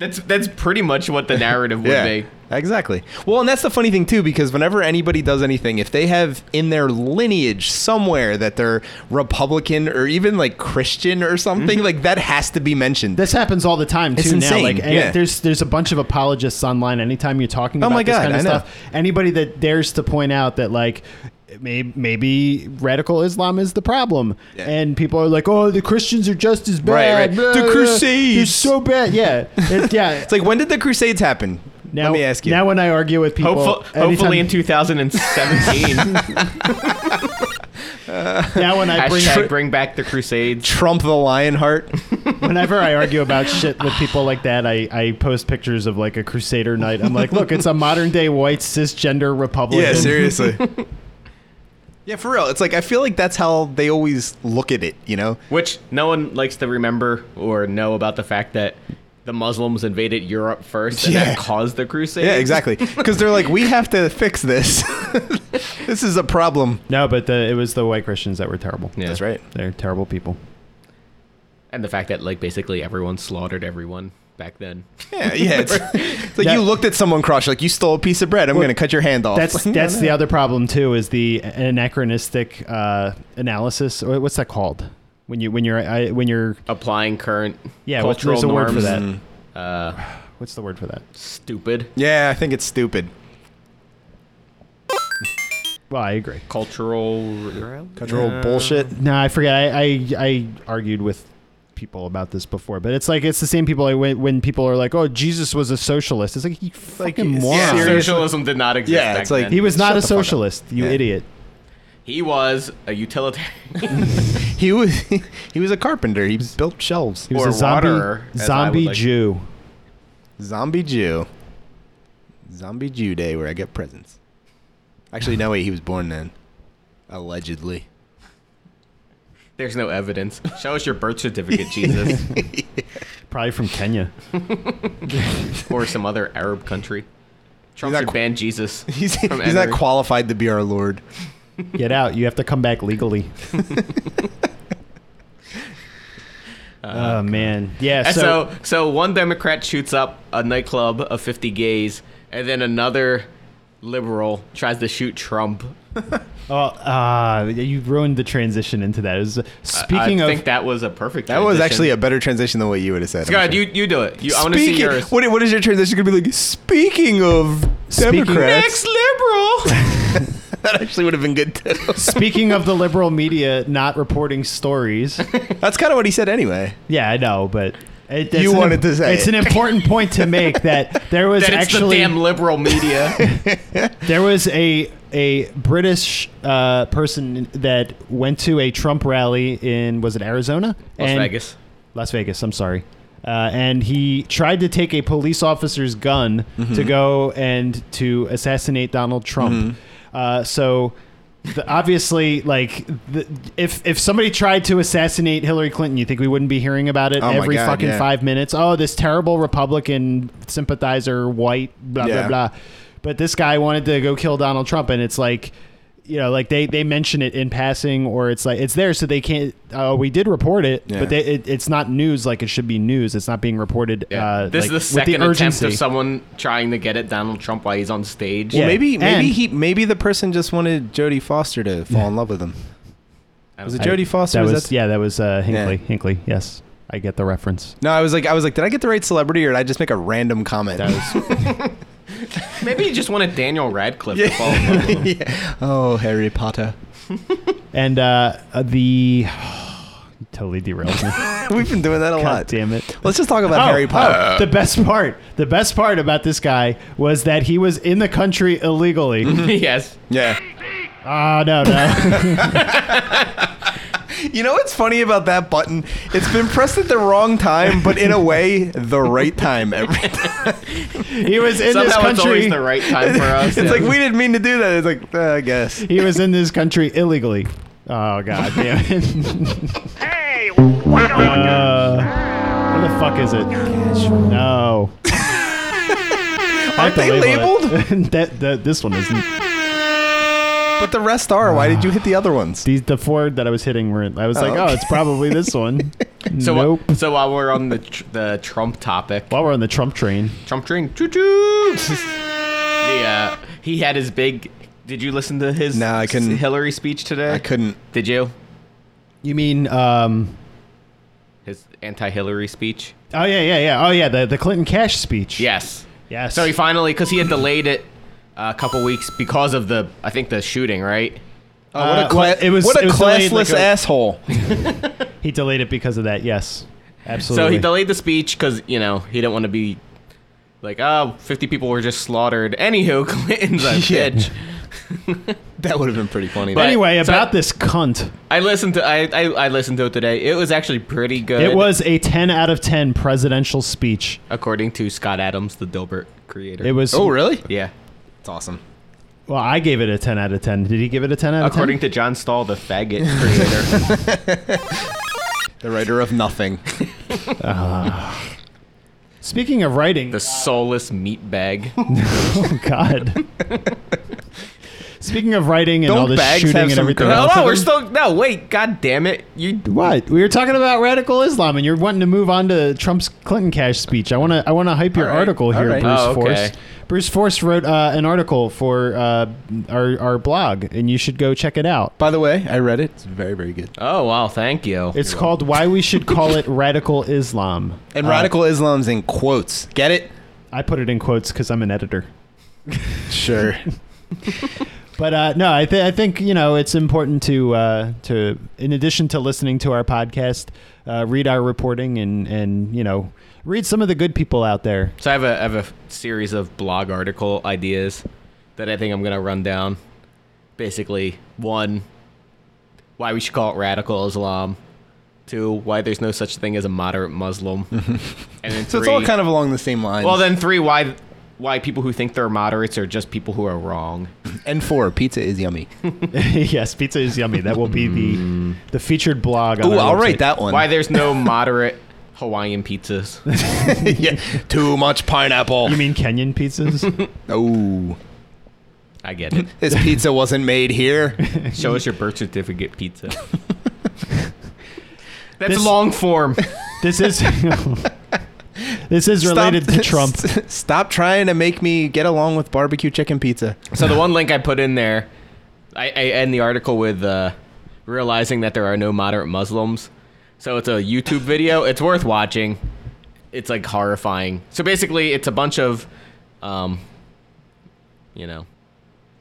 Speaker 2: that's that's pretty much what the narrative would be
Speaker 3: Exactly. Well, and that's the funny thing too, because whenever anybody does anything, if they have in their lineage somewhere that they're Republican or even like Christian or something,
Speaker 2: Mm-hmm.
Speaker 3: like that has to be mentioned.
Speaker 1: This happens all the time too
Speaker 3: It's
Speaker 1: now.
Speaker 3: insane,
Speaker 1: Like and
Speaker 3: yeah.
Speaker 1: there's there's a bunch of apologists online. Anytime you're talking
Speaker 3: Oh
Speaker 1: about
Speaker 3: my
Speaker 1: this
Speaker 3: God,
Speaker 1: kind of
Speaker 3: I know.
Speaker 1: stuff, anybody that dares to point out that like maybe, maybe radical Islam is the problem,
Speaker 3: Yeah.
Speaker 1: and people are like, oh, the Christians are just as bad.
Speaker 3: Right, right. The
Speaker 1: They're
Speaker 3: Crusades.
Speaker 1: so bad. Yeah, it's, yeah.
Speaker 3: it's like when did the Crusades happen?
Speaker 1: now,
Speaker 3: Let me ask you.
Speaker 1: Now when I argue with people,
Speaker 2: Hopeful, hopefully in
Speaker 3: [LAUGHS]
Speaker 2: 2017.
Speaker 1: [LAUGHS] now when I bring
Speaker 2: hashtag bring back the Crusades.
Speaker 3: Trump the Lionheart.
Speaker 1: Whenever I argue about shit with people like that, I, I post pictures of like a Crusader night. I'm like, look, it's a modern day white cisgender Republican. [LAUGHS]
Speaker 3: yeah, seriously. yeah, for real. It's like I feel like that's how they always look at it. You know?
Speaker 2: Which no one likes to remember or know about the fact that the Muslims invaded Europe first and
Speaker 3: Yeah.
Speaker 2: that caused the Crusades.
Speaker 3: Yeah,
Speaker 1: [LAUGHS]
Speaker 3: exactly. Because they're like, we have to fix this. [LAUGHS] this is a problem.
Speaker 1: No, but the, it was the white Christians that were terrible.
Speaker 2: Yeah.
Speaker 3: That's right.
Speaker 1: They're terrible people.
Speaker 2: and the fact that like basically everyone slaughtered everyone back then.
Speaker 3: Yeah,
Speaker 1: [LAUGHS]
Speaker 3: yeah. It's, it's like
Speaker 1: That-
Speaker 3: you looked at someone crushed, like you stole a piece of bread. I'm gonna cut your hand off.
Speaker 1: That's
Speaker 3: [LAUGHS] Like, no,
Speaker 1: that's
Speaker 3: no.
Speaker 1: the other problem too is the anachronistic uh, analysis. Or What's that called? When you when you're I, when you're
Speaker 2: Applying current
Speaker 1: yeah, what-
Speaker 2: cultural
Speaker 1: there's a word
Speaker 2: norms.
Speaker 1: for that.
Speaker 3: Mm.
Speaker 2: Uh,
Speaker 1: What's the word for that?
Speaker 2: stupid
Speaker 3: Yeah, I think it's stupid.
Speaker 1: Well, I agree.
Speaker 2: cultural.
Speaker 3: Cultural bullshit.
Speaker 1: Uh, No, I forget. I, I I argued with people about this before, but it's like it's the same people. Like when, when people are like, "Oh, Jesus was a socialist," it's like you fucking moron.
Speaker 3: yeah, seriously.
Speaker 2: Socialism did not exist.
Speaker 3: Yeah,
Speaker 2: back
Speaker 3: it's like-
Speaker 2: then.
Speaker 1: He was not
Speaker 3: Shut
Speaker 1: a
Speaker 3: the fuck up.
Speaker 1: socialist, you
Speaker 3: Yeah.
Speaker 1: idiot.
Speaker 2: He was a utilitarian
Speaker 3: [LAUGHS] [LAUGHS] He was he was a carpenter. He built shelves.
Speaker 1: He was
Speaker 2: Or
Speaker 1: a zombie
Speaker 2: waterer, as I
Speaker 1: zombie
Speaker 2: would like-
Speaker 1: Jew.
Speaker 3: Zombie Jew. Zombie Jew Day, where I get presents. Actually, no wait, he was born then. Allegedly.
Speaker 2: There's no evidence. Show us your birth
Speaker 3: [LAUGHS]
Speaker 2: certificate, Jesus,
Speaker 1: Probably from Kenya.
Speaker 2: or some other Arab country. Trump
Speaker 3: not
Speaker 2: should
Speaker 3: qu-
Speaker 2: ban Jesus.
Speaker 3: He's, he's
Speaker 2: from
Speaker 3: not
Speaker 2: entering.
Speaker 3: qualified to be our Lord.
Speaker 1: Get out. You have to come back legally.
Speaker 2: [LAUGHS]
Speaker 1: [LAUGHS] oh, man. Yeah.
Speaker 2: And
Speaker 1: so,
Speaker 2: so, so one Democrat shoots up a nightclub of 50 gays, and then another liberal tries to shoot Trump.
Speaker 1: oh, ah, you ruined the transition into that. It was- speaking
Speaker 2: I
Speaker 1: of
Speaker 2: think that was a perfect.
Speaker 3: That was
Speaker 2: transition.
Speaker 3: actually a better transition than what you would have said. I'm
Speaker 2: God,
Speaker 3: sure.
Speaker 2: you you do it. You, I want to see
Speaker 3: Speaking,
Speaker 2: yours.
Speaker 3: what, what is your transition going to be like? Speaking of
Speaker 1: Speaking-
Speaker 3: Democrats,
Speaker 2: Next [LAUGHS] liberal.
Speaker 3: [LAUGHS] that actually would have been good too.
Speaker 1: speaking of the liberal media not reporting
Speaker 2: [LAUGHS]
Speaker 1: stories.
Speaker 3: [LAUGHS] That's kind of what he said anyway.
Speaker 1: Yeah, I know, but it, that's
Speaker 3: You
Speaker 1: an
Speaker 3: wanted
Speaker 1: im-
Speaker 3: to say
Speaker 1: it's
Speaker 3: it.
Speaker 1: an important point to make that
Speaker 2: [LAUGHS]
Speaker 1: there was
Speaker 2: That it's the
Speaker 1: actually
Speaker 2: damn liberal media.
Speaker 1: There was a a British uh, person that went to a Trump rally in was it Arizona?
Speaker 2: Las
Speaker 1: And-
Speaker 2: Vegas.
Speaker 1: Las Vegas. I'm sorry. Uh, and he tried to take a police officer's gun
Speaker 3: Mm-hmm.
Speaker 1: to go and to assassinate Donald Trump.
Speaker 3: Mm-hmm.
Speaker 1: Uh, so. The, obviously, like the, if if somebody tried to assassinate Hillary Clinton, you think we wouldn't be hearing about it
Speaker 3: Oh my
Speaker 1: every
Speaker 3: God,
Speaker 1: fucking
Speaker 3: yeah.
Speaker 1: five minutes? Oh, this terrible Republican sympathizer, white, blah
Speaker 3: Yeah.
Speaker 1: blah blah. [LAUGHS] But this guy wanted to go kill Donald Trump, and it's like, you know, like they they mention it in passing, or it's like it's there, so they can't. Oh, we did report it,
Speaker 3: Yeah.
Speaker 1: but they, it, it's not news like it should be news. It's not being reported.
Speaker 2: Yeah.
Speaker 1: Uh, like,
Speaker 2: this is the
Speaker 1: with
Speaker 2: second
Speaker 1: the
Speaker 2: attempt
Speaker 1: urgency.
Speaker 2: of someone trying to get at Donald Trump while he's on stage.
Speaker 1: Yeah.
Speaker 3: Well, maybe maybe
Speaker 1: And-
Speaker 3: he maybe the person just wanted Jodie Foster to fall in love with him.
Speaker 2: I
Speaker 3: Was it
Speaker 2: don't-
Speaker 3: Jodie Foster?
Speaker 1: That was,
Speaker 3: that-
Speaker 1: yeah, that was uh, Hinkley.
Speaker 3: Yeah.
Speaker 1: Hinkley, yes, I get the
Speaker 2: [LAUGHS]
Speaker 1: reference.
Speaker 3: No, I was like I was like, did I get the right celebrity or did I just make a random comment? [LAUGHS]
Speaker 1: That was
Speaker 2: Maybe you just wanted Daniel Radcliffe to
Speaker 3: Yeah.
Speaker 2: fall in
Speaker 3: [LAUGHS]
Speaker 2: love with him.
Speaker 3: Yeah. Oh, Harry Potter.
Speaker 1: and uh, the [SIGHS] you totally derailed
Speaker 2: [LAUGHS]
Speaker 1: me.
Speaker 3: We've been doing that a
Speaker 1: God
Speaker 3: lot.
Speaker 1: damn it.
Speaker 3: Let's just talk about
Speaker 1: Oh,
Speaker 3: Harry Potter.
Speaker 1: oh, the best part, the best part about this guy was that he was in the country illegally.
Speaker 2: Mm-hmm. yes.
Speaker 3: Yeah.
Speaker 1: Ah, no,
Speaker 2: [LAUGHS]
Speaker 1: no.
Speaker 3: You know what's funny about that button? It's been pressed at the wrong time, but in a way, the right time every time.
Speaker 1: he was in this
Speaker 2: Somehow it's
Speaker 1: country.
Speaker 2: always the right time
Speaker 3: [LAUGHS]
Speaker 2: for us.
Speaker 3: It's
Speaker 2: yeah.
Speaker 3: like we didn't mean to do that. It's like uh, I guess.
Speaker 1: he was in this country illegally. Oh god damn
Speaker 2: [LAUGHS]
Speaker 1: it!
Speaker 4: Hey, wow.
Speaker 1: Uh, what the fuck is it?
Speaker 2: [LAUGHS]
Speaker 1: No. Aren't
Speaker 3: they
Speaker 1: [LAUGHS] that, that this one isn't.
Speaker 3: But the rest are. Why did you hit the other ones?
Speaker 1: These the four that I was hitting weren't. I was like, oh,
Speaker 3: okay.
Speaker 1: it's probably this one.
Speaker 2: [LAUGHS] so, wh-
Speaker 1: nope.
Speaker 2: so while we're on the tr- the Trump topic,
Speaker 1: While we're on the Trump train,
Speaker 2: Trump drink, choo choo. the uh, he had his big. Did you listen to his
Speaker 3: No, I couldn't.
Speaker 2: Hillary speech today?
Speaker 3: I couldn't.
Speaker 2: Did you?
Speaker 1: you mean? um
Speaker 2: His anti-Hillary speech.
Speaker 1: Oh yeah, yeah, yeah. Oh yeah, the the Clinton Cash speech.
Speaker 2: Yes.
Speaker 1: Yes.
Speaker 2: So he finally, because he had delayed it a couple weeks because of the, I think the shooting, right?
Speaker 3: Oh, what a,
Speaker 1: Uh,
Speaker 3: cla-
Speaker 1: well, it was-
Speaker 3: what a
Speaker 1: it was delayed,
Speaker 3: classless
Speaker 1: like, a-
Speaker 3: asshole.
Speaker 1: He delayed it because of that. Yes. Absolutely.
Speaker 2: So he delayed the speech because you know he didn't want to be like, oh, 50 people were just slaughtered. Anywho, [LAUGHS] Clinton's a
Speaker 3: [LAUGHS] Yeah.
Speaker 2: bitch.
Speaker 3: that would have been pretty funny.
Speaker 2: But-
Speaker 1: Anyway,
Speaker 2: so-
Speaker 1: about this cunt.
Speaker 2: I listened to I, I I listened to it today. It was actually pretty good.
Speaker 1: It was a 10 out of 10 presidential speech.
Speaker 2: according to Scott Adams, the Dilbert creator.
Speaker 1: It was.
Speaker 3: oh, really?
Speaker 2: yeah.
Speaker 3: It's awesome.
Speaker 1: Well, I gave it a 10 out of 10. Did he give it a 10 out of 10?
Speaker 2: According to John Stahl, the
Speaker 1: [LAUGHS]
Speaker 2: faggot creator.
Speaker 3: The writer of nothing.
Speaker 1: Speaking of [LAUGHS] writing, [LAUGHS]
Speaker 2: the soulless meatbag.
Speaker 1: oh God. Speaking of writing and
Speaker 3: Don't
Speaker 1: all this
Speaker 3: bags
Speaker 1: shooting
Speaker 3: have
Speaker 1: and
Speaker 3: some Oh,
Speaker 1: everything
Speaker 3: girl-
Speaker 2: No,
Speaker 1: else,
Speaker 2: no, Oh, we're still no. Wait, god damn it! You
Speaker 1: What? We were talking about radical Islam, and you're wanting to move on to Trump's Clinton Cash speech. I want to. I want to hype your
Speaker 3: All right.
Speaker 1: article
Speaker 3: All
Speaker 1: here,
Speaker 3: right.
Speaker 1: Bruce
Speaker 2: Oh, okay.
Speaker 1: Force. Bruce Force wrote uh, an article for uh, our our blog, and you should go check it out.
Speaker 3: By the way, I read it. It's very, very good.
Speaker 2: Oh wow, thank you.
Speaker 1: It's called "Why We Should Call It Radical Islam."
Speaker 3: And
Speaker 1: Uh,
Speaker 3: radical Islam's in quotes. Get it?
Speaker 1: I put it in quotes because I'm an editor.
Speaker 3: Sure.
Speaker 1: But uh, no, I, th- I think you know it's important to uh, to in addition to listening to our podcast, uh, read our reporting and and you know read some of the good people out there. [LAUGHS]
Speaker 2: so I have a I have a series of blog article ideas that I think I'm gonna run down. Basically, one, why we should call it radical Islam. Two, why there's no such thing as a
Speaker 1: [LAUGHS]
Speaker 2: moderate Muslim. and then three,
Speaker 3: so it's all kind of along the same lines.
Speaker 2: well then three, why why people who think they're moderates are just people who are wrong.
Speaker 3: and four, pizza
Speaker 1: [LAUGHS]
Speaker 3: is yummy.
Speaker 1: yes, pizza is yummy. That will be the the featured blog. On
Speaker 3: Mm.
Speaker 1: our
Speaker 3: Ooh, I'll
Speaker 1: website.
Speaker 3: write that one.
Speaker 2: Why there's no moderate Hawaiian pizzas.
Speaker 3: [LAUGHS] yeah, too much pineapple.
Speaker 1: You mean Kenyan
Speaker 3: [LAUGHS]
Speaker 1: pizzas?
Speaker 3: Oh,
Speaker 2: I get it.
Speaker 3: this pizza wasn't made
Speaker 1: [LAUGHS]
Speaker 3: here.
Speaker 2: Show us your birth certificate pizza.
Speaker 3: [LAUGHS]
Speaker 2: That's
Speaker 1: This-
Speaker 2: long form.
Speaker 1: this is [LAUGHS] this is related
Speaker 3: [LAUGHS]
Speaker 1: to Trump.
Speaker 3: Stop trying to make me get along with barbecue chicken pizza.
Speaker 2: So the one link I put in there, I, I end the article with uh, realizing that there are no moderate Muslims. So it's a YouTube video. It's worth watching. It's like horrifying. So basically, it's a bunch of, um, you know,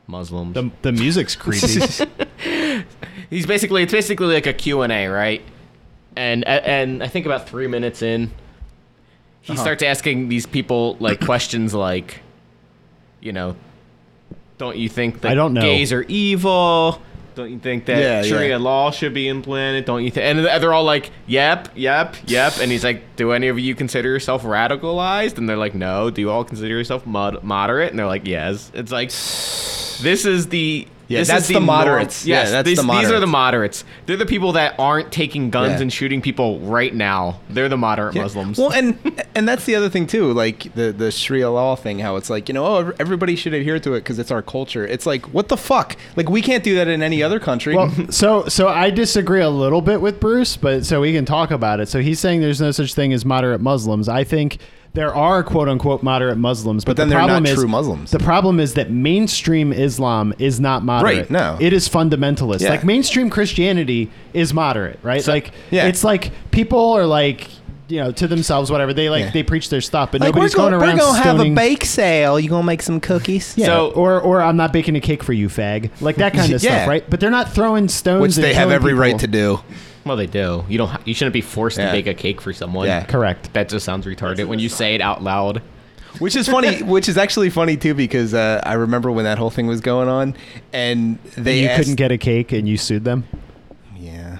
Speaker 2: Muslims.
Speaker 1: The, the music's creepy.
Speaker 3: [LAUGHS]
Speaker 2: he's basically it's basically like a q&a right and and i think about three minutes in he
Speaker 1: Uh-huh.
Speaker 2: starts asking these people like questions like you know don't you think that
Speaker 1: I don't know.
Speaker 2: gays are evil don't you think that
Speaker 3: Yeah,
Speaker 2: sharia
Speaker 3: yeah.
Speaker 2: law should be implanted don't you think and they're all like yep yep yep and he's like do any of you consider yourself radicalized and they're like no do you all consider yourself mod- moderate and they're like yes it's like this is the
Speaker 3: Yeah,
Speaker 2: this
Speaker 3: that's
Speaker 2: is
Speaker 3: the
Speaker 2: norm-
Speaker 3: moderates. Yeah,
Speaker 2: Yes,
Speaker 3: that's
Speaker 2: these,
Speaker 3: the
Speaker 2: these are the
Speaker 3: moderates.
Speaker 2: moderates. They're the people that aren't taking guns
Speaker 3: Yeah.
Speaker 2: and shooting people right now. They're the moderate
Speaker 3: Yeah.
Speaker 2: Muslims.
Speaker 1: [LAUGHS]
Speaker 3: Well, and and that's the other thing too, like the the Sharia law thing, how it's like you know, oh, ev- everybody should adhere to it because it's our culture. It's like what the fuck? Like we can't do that in any other country.
Speaker 1: Well,
Speaker 3: [LAUGHS]
Speaker 1: so so I disagree a little bit with Bruce, but so we can talk about it. So he's saying there's no such thing as moderate Muslims. I think there are quote unquote moderate Muslims, but,
Speaker 3: But then
Speaker 1: the
Speaker 3: they're not
Speaker 1: problem is,
Speaker 3: true Muslims.
Speaker 1: The problem is that mainstream Islam is not moderate.
Speaker 3: Right, no.
Speaker 1: it is fundamentalist.
Speaker 3: Yeah.
Speaker 1: Like mainstream Christianity is moderate, right? like
Speaker 3: yeah.
Speaker 1: it's like people are like you know to themselves whatever they like
Speaker 3: Yeah.
Speaker 1: they preach their stuff, but nobody's going around stoning-
Speaker 3: bake sale. You gonna make some cookies?
Speaker 1: yeah.
Speaker 2: So-
Speaker 1: or or I'm not baking a cake for you, fag. Like that kind of
Speaker 3: [LAUGHS] Yeah.
Speaker 1: stuff, right? But they're not throwing stones.
Speaker 3: which
Speaker 1: and
Speaker 3: they have
Speaker 1: killing
Speaker 3: every right
Speaker 1: people.
Speaker 3: to do.
Speaker 2: Well, they do. You don't. ha- You shouldn't be forced
Speaker 3: Yeah.
Speaker 2: to bake a cake for someone.
Speaker 3: Yeah.
Speaker 1: Correct.
Speaker 2: That just sounds retarded when you say it out loud.
Speaker 3: which is
Speaker 1: [LAUGHS]
Speaker 3: funny which is actually funny too because uh, i remember when that whole thing was going on and they
Speaker 1: you
Speaker 3: asked-
Speaker 1: couldn't get a cake and you sued them.
Speaker 3: yeah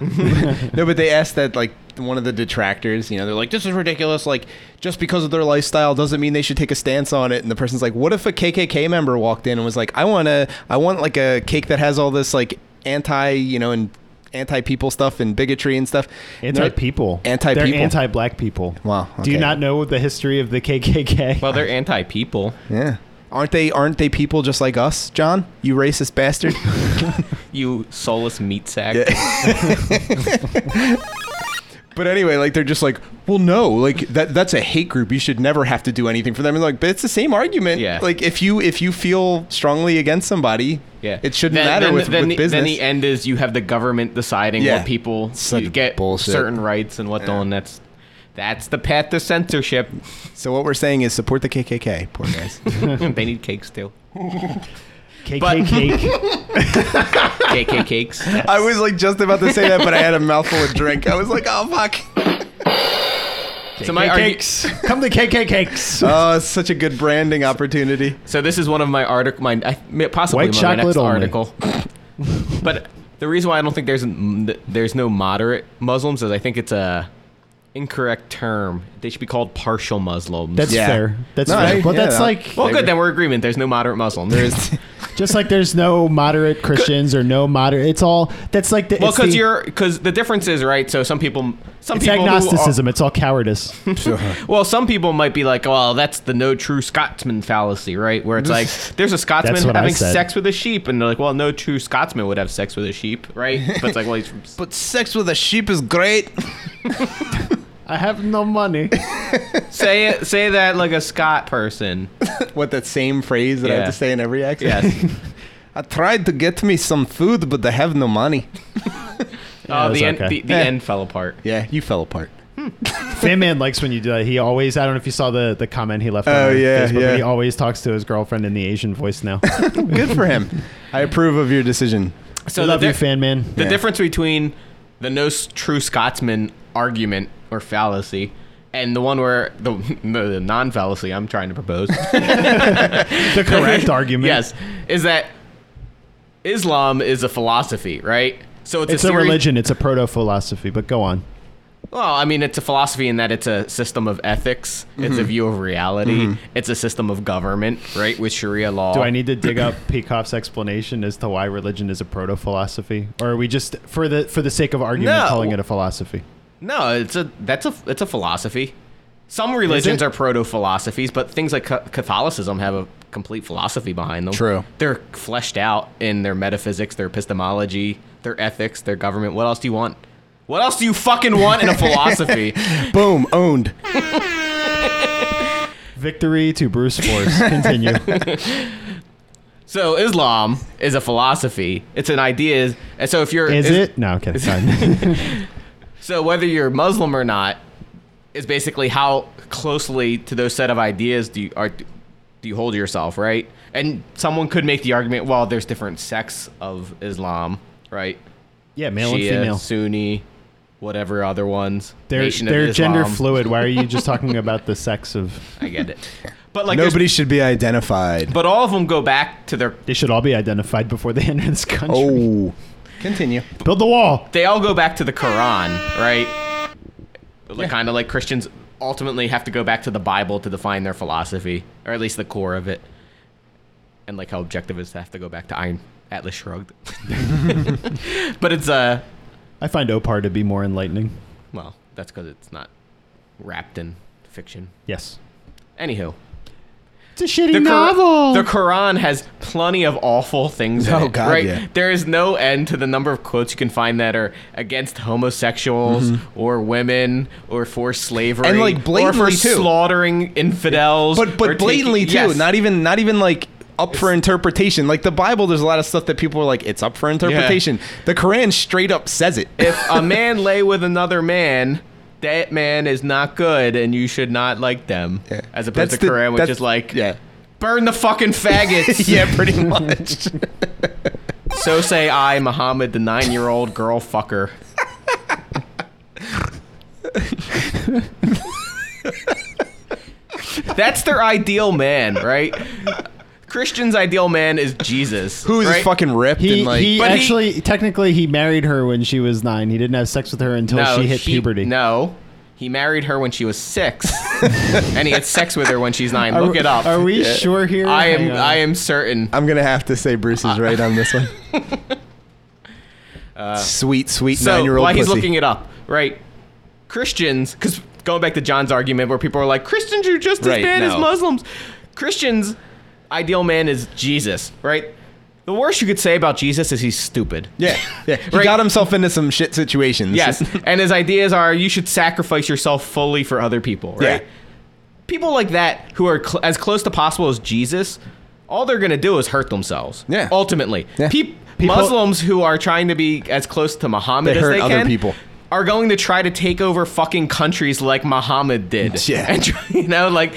Speaker 1: [LAUGHS]
Speaker 3: no but they asked that like one of the detractors you know they're like this is ridiculous like just because of their lifestyle doesn't mean they should take a stance on it and the person's like what if a kkk member walked in and was like i want to i want like a cake that has all this like anti you know and anti people stuff and bigotry and stuff And they're-
Speaker 1: Anti people.
Speaker 3: Anti-people.
Speaker 1: They're anti black people.
Speaker 3: Wow,
Speaker 1: Do you
Speaker 3: okay.
Speaker 1: not know the history of the KKK?
Speaker 2: Well, they're anti-people.
Speaker 3: yeah aren't they aren't they people just like us john you
Speaker 1: [LAUGHS]
Speaker 3: racist bastard
Speaker 2: You soulless meat sack.
Speaker 3: But anyway, like they're just like, well, no, like that that's a hate group. You should never have to do anything for them. And like, but it's the same argument.
Speaker 2: Yeah.
Speaker 3: Like if you if you feel strongly against somebody,
Speaker 2: Yeah.
Speaker 3: [LAUGHS] it shouldn't matter
Speaker 2: then,
Speaker 3: with,
Speaker 2: then,
Speaker 3: with
Speaker 2: the-
Speaker 3: business.
Speaker 2: Then the end is you have the government deciding
Speaker 3: Yeah.
Speaker 2: what people
Speaker 3: Such
Speaker 2: get
Speaker 3: bullshit.
Speaker 2: certain rights and what don't. That's that's the path to
Speaker 3: [LAUGHS]
Speaker 2: censorship. [LAUGHS]
Speaker 3: so what we're saying is support the KKK. Poor guys.
Speaker 2: they need cakes too.
Speaker 1: KKK.
Speaker 2: but-
Speaker 1: cake.
Speaker 2: KK
Speaker 3: [LAUGHS]
Speaker 2: cakes.
Speaker 3: I was like just about to say that, but I had a mouthful of drink. I was like, oh [LAUGHS] fuck.
Speaker 2: So my
Speaker 1: cakes. Come to KK
Speaker 3: [LAUGHS]
Speaker 1: cakes.
Speaker 3: Oh, it's such a good branding [LAUGHS] opportunity.
Speaker 2: So this is one of my article, my I- possibly
Speaker 1: White
Speaker 2: my next
Speaker 1: chocolate only.
Speaker 2: article. [LAUGHS] but the reason why I don't think there's n- there's no moderate Muslims is I think it's a incorrect term. They should be called partial Muslims.
Speaker 1: That's
Speaker 3: Yeah.
Speaker 1: fair. That's
Speaker 3: No,
Speaker 1: fair.
Speaker 3: I-
Speaker 1: Well,
Speaker 3: yeah,
Speaker 1: that's
Speaker 3: no.
Speaker 1: like
Speaker 2: well, good. Then we're in agreement. There's no moderate Muslims. There's
Speaker 1: Just like there's no moderate Christians or no moderate. It's all that's like the.
Speaker 2: [LAUGHS] Well,
Speaker 1: it's the-
Speaker 2: because you're because the difference is right. So some people, some
Speaker 1: It's
Speaker 2: people who are-
Speaker 1: agnosticism. it's all cowardice.
Speaker 2: well, some people might be like, "Well, that's the no true Scotsman fallacy," right? Where
Speaker 1: [LAUGHS]
Speaker 2: it's like there's a Scotsman
Speaker 1: That's what I
Speaker 2: having
Speaker 1: said.
Speaker 2: sex with a sheep, and they're like, "Well, no true Scotsman would have sex with a sheep," right? But it's like, well, he's from
Speaker 3: But sex with a sheep is great.
Speaker 1: I have no [LAUGHS] money.
Speaker 2: say it, say that like a Scot person.
Speaker 3: [LAUGHS] What that same phrase that I
Speaker 2: Yeah.
Speaker 3: have to say in every
Speaker 1: [LAUGHS]
Speaker 3: accent?
Speaker 2: Yes.
Speaker 3: I tried to get me some food, but I have no money.
Speaker 1: Yeah, it
Speaker 2: oh,
Speaker 1: was
Speaker 2: the end,
Speaker 1: okay.
Speaker 2: the, the
Speaker 3: Eh.
Speaker 2: end fell apart.
Speaker 3: Yeah, you fell apart.
Speaker 1: Fan man likes when you do that. He always. I don't know if you saw the the comment he left. on
Speaker 3: Oh,
Speaker 1: our
Speaker 3: yeah,
Speaker 1: Facebook, but
Speaker 3: yeah.
Speaker 1: He always talks to his girlfriend in the Asian voice now.
Speaker 3: Good for him. I approve of your decision.
Speaker 2: So
Speaker 1: I love
Speaker 2: the,
Speaker 1: you,
Speaker 2: di-
Speaker 1: fan man.
Speaker 2: the
Speaker 3: Yeah.
Speaker 2: difference between the no s- true Scotsman argument or fallacy. And the one where the, [LAUGHS] the non fallacy I'm trying to propose
Speaker 1: The [LAUGHS]
Speaker 2: [LAUGHS]
Speaker 1: correct argument.
Speaker 2: Yes, is that Islam is a philosophy, right? So it's,
Speaker 1: It's
Speaker 2: a,
Speaker 1: a
Speaker 2: series-
Speaker 1: religion. It's a proto philosophy. But go on.
Speaker 2: Well, I mean, it's a philosophy in that it's a system of ethics. It's a view of reality. It's a system of government, right, with Sharia law.
Speaker 1: Do I need to dig [LAUGHS] up Peikoff's explanation as to why religion is a proto philosophy, or are we just for the for the sake of argument
Speaker 2: No.
Speaker 1: calling it a philosophy?
Speaker 2: No, it's a that's a it's a philosophy. Some religions
Speaker 1: it?
Speaker 2: are proto philosophies, but things like Ca- Catholicism have a complete philosophy behind them.
Speaker 3: True.
Speaker 2: They're fleshed out in their metaphysics, their epistemology, their ethics, their government. What else do you want? What else do you fucking
Speaker 1: [LAUGHS]
Speaker 2: want in a philosophy?
Speaker 3: Boom, owned.
Speaker 1: Victory to Bruce [LAUGHS] Force. Continue.
Speaker 2: So Islam is a philosophy. It's an idea. And so if you're
Speaker 1: Is it? No, okay, [LAUGHS] fine.
Speaker 2: so whether you're Muslim or not is basically how closely to those set of ideas do you are do you hold yourself, right? And someone could make the argument, well, there's different sects of Islam, right?
Speaker 1: Yeah, male and
Speaker 2: Shia,
Speaker 1: female.
Speaker 2: Sunni, whatever other ones.
Speaker 1: They're
Speaker 2: Nation of
Speaker 1: they're gender
Speaker 2: Islam.
Speaker 1: fluid. Why are you just talking about the sex of?
Speaker 2: I get it.
Speaker 1: [LAUGHS]
Speaker 2: But like there's-
Speaker 3: Nobody should be identified.
Speaker 2: but all of them go back to their
Speaker 1: They should all be identified before they [LAUGHS] enter this country.
Speaker 3: Oh. Continue.
Speaker 1: Build the wall.
Speaker 2: they all go back to the Quran, right? Like kind of like Christians ultimately have to go back to the Bible to define their philosophy, or at least the core of it. And like how objectivists have to go back to Iron Atlas Shrugged. [LAUGHS] but it's uh
Speaker 1: I find Opar to be more enlightening.
Speaker 2: well, that's because it's not wrapped in fiction.
Speaker 1: Yes.
Speaker 2: Anywho,
Speaker 1: It's a shitty
Speaker 2: the, Qur-
Speaker 1: novel.
Speaker 2: the Quran has plenty of awful things. in
Speaker 3: Oh,
Speaker 2: it,
Speaker 3: God,
Speaker 2: right?
Speaker 3: yeah.
Speaker 2: There is no end to the number of quotes you can find that are against homosexuals or women or for slavery
Speaker 3: Mm-hmm. And, like,
Speaker 2: or
Speaker 3: blatantly,
Speaker 2: for
Speaker 3: too.
Speaker 2: slaughtering infidels.
Speaker 3: But
Speaker 2: or
Speaker 3: but blatantly
Speaker 2: taking-
Speaker 3: too.
Speaker 2: yes.
Speaker 3: Not even not even like up for interpretation. Like the Bible, there's a lot of stuff that people are like, it's up for interpretation. The Quran straight up says it.
Speaker 2: if a man lay with another man. That man is not good, and you should not like them.
Speaker 3: Yeah.
Speaker 2: As opposed
Speaker 3: That's
Speaker 2: to
Speaker 3: the-
Speaker 2: Quran, which
Speaker 3: that's-
Speaker 2: is like, [LAUGHS]
Speaker 3: [LAUGHS] yeah.
Speaker 2: burn the fucking faggots.
Speaker 3: [LAUGHS] yeah,
Speaker 2: [LAUGHS]
Speaker 3: pretty much.
Speaker 2: So say I, Muhammad, the nine-year-old girl fucker. That's their ideal man, right? Christian's ideal man is Jesus.
Speaker 3: Who's
Speaker 2: right?
Speaker 3: fucking ripped
Speaker 1: He,
Speaker 3: and like
Speaker 1: he
Speaker 2: But he-
Speaker 1: actually, technically, he married her when she was nine. He didn't have sex with her until she hit
Speaker 2: he-
Speaker 1: puberty.
Speaker 2: No, he married her when she was six, and he had sex with her when she's nine.
Speaker 1: Are-
Speaker 2: Look it up.
Speaker 1: Are we sure here?
Speaker 2: I
Speaker 1: Hang
Speaker 2: am.
Speaker 1: on.
Speaker 2: I am certain.
Speaker 3: I'm gonna have to say Bruce is right on this one. [LAUGHS] Uh, sweet, sweet
Speaker 2: So
Speaker 3: nine-year-old
Speaker 2: while he's
Speaker 3: pussy.
Speaker 2: looking it up, right? Christians, because going back to John's argument where people are like, Christians are just as
Speaker 3: Right,
Speaker 2: bad as
Speaker 3: no.
Speaker 2: Muslims. Christians' ideal man is Jesus, right? The worst you could say about Jesus is he's stupid.
Speaker 3: yeah, yeah. He
Speaker 2: Right.
Speaker 3: got himself into some shit [LAUGHS] situations.
Speaker 2: Yes, and his ideas are you should sacrifice yourself fully for other people, right?
Speaker 3: Yeah.
Speaker 2: People like that who are cl- as close to possible as Jesus, all they're going to do is hurt themselves.
Speaker 3: Yeah.
Speaker 2: Ultimately.
Speaker 3: Yeah.
Speaker 2: Peop-
Speaker 1: People-
Speaker 2: Muslims who are trying to be as close to Muhammad
Speaker 3: They
Speaker 2: as
Speaker 3: hurt
Speaker 2: they
Speaker 3: other
Speaker 2: can
Speaker 3: people.
Speaker 2: are going to try to take over fucking countries like Muhammad did.
Speaker 3: [LAUGHS] Yeah.
Speaker 2: And try, you know like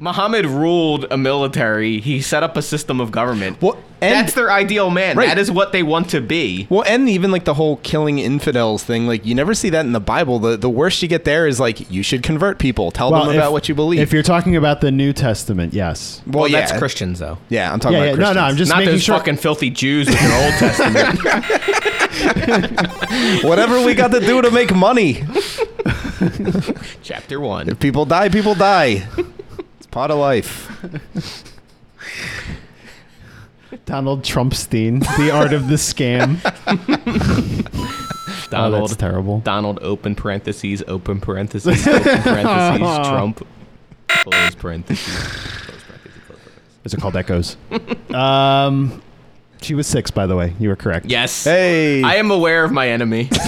Speaker 2: Muhammad ruled a military. He set up a system of government.
Speaker 3: Well, and-
Speaker 2: That's their ideal man.
Speaker 3: Right.
Speaker 2: That is what they want to be.
Speaker 3: Well, and even like the whole killing infidels thing, like you never see that in the Bible. The the worst you get there is like you should convert people, tell
Speaker 1: Well,
Speaker 3: them
Speaker 1: if-
Speaker 3: about what you believe.
Speaker 1: If you're talking about the New Testament, yes.
Speaker 3: well,
Speaker 2: well
Speaker 3: yeah,
Speaker 2: that's Christians though.
Speaker 3: Yeah, I'm talking
Speaker 1: Yeah,
Speaker 3: about
Speaker 1: yeah. No,
Speaker 3: Christians.
Speaker 1: no, I'm just
Speaker 2: Not
Speaker 1: making
Speaker 2: those
Speaker 1: sure.
Speaker 2: fucking filthy Jews with their Old
Speaker 1: [LAUGHS]
Speaker 2: Testament.
Speaker 3: whatever we got to do to make
Speaker 1: [LAUGHS]
Speaker 3: money.
Speaker 2: Chapter one.
Speaker 3: If people die, people die. It's part of life.
Speaker 1: Donald Trumpstein,
Speaker 2: [LAUGHS]
Speaker 1: The Art of the Scam. Oh,
Speaker 2: Donald.
Speaker 1: that's terrible.
Speaker 2: Donald open parentheses open parentheses
Speaker 1: [LAUGHS]
Speaker 2: open parentheses Trump close parentheses. Close parentheses, close parentheses.
Speaker 1: Is it called Echoes?
Speaker 2: [LAUGHS]
Speaker 1: um, she was six, by the way. You were correct.
Speaker 2: Yes.
Speaker 3: Hey.
Speaker 2: I am aware of my enemy. [LAUGHS]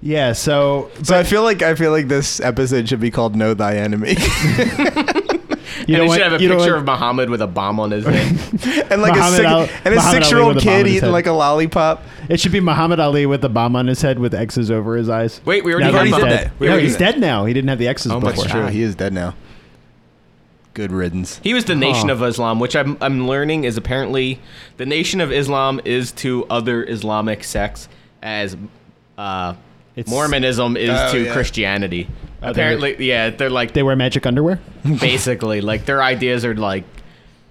Speaker 1: Yeah. So
Speaker 3: so I feel like I feel like this episode should be called "Know Thy Enemy," [LAUGHS]
Speaker 1: you
Speaker 2: and
Speaker 1: know
Speaker 2: it
Speaker 1: what?
Speaker 2: should have a
Speaker 1: you know
Speaker 2: picture
Speaker 1: what?
Speaker 2: of Muhammad with a bomb on his head.
Speaker 1: [LAUGHS]
Speaker 3: and like
Speaker 1: Muhammad
Speaker 3: a
Speaker 1: Al-
Speaker 3: six, and a
Speaker 1: Muhammad Ali
Speaker 3: six-year-old
Speaker 1: with a bomb in
Speaker 3: kid
Speaker 1: his
Speaker 3: eating
Speaker 1: head.
Speaker 3: like a lollipop.
Speaker 1: It should be Muhammad Ali with the bomb on his head with X's over his eyes.
Speaker 2: Wait, we already
Speaker 1: Now
Speaker 2: did
Speaker 1: that he's
Speaker 2: that.
Speaker 1: dead.
Speaker 2: We
Speaker 1: no,
Speaker 2: already
Speaker 1: he's
Speaker 2: did that.
Speaker 1: dead now. He didn't have the X's before.
Speaker 2: Oh God.
Speaker 3: ah, He is dead now. Good riddance.
Speaker 2: He was the Nation
Speaker 1: Huh.
Speaker 2: of Islam, which I'm, I'm learning is apparently the Nation of Islam is to other Islamic sects as uh,
Speaker 1: It's-
Speaker 2: Mormonism is
Speaker 3: Oh,
Speaker 2: to
Speaker 3: yeah.
Speaker 2: Christianity.
Speaker 1: they're-
Speaker 2: apparently, yeah, they're like
Speaker 1: They wear magic underwear.
Speaker 2: basically like their ideas are like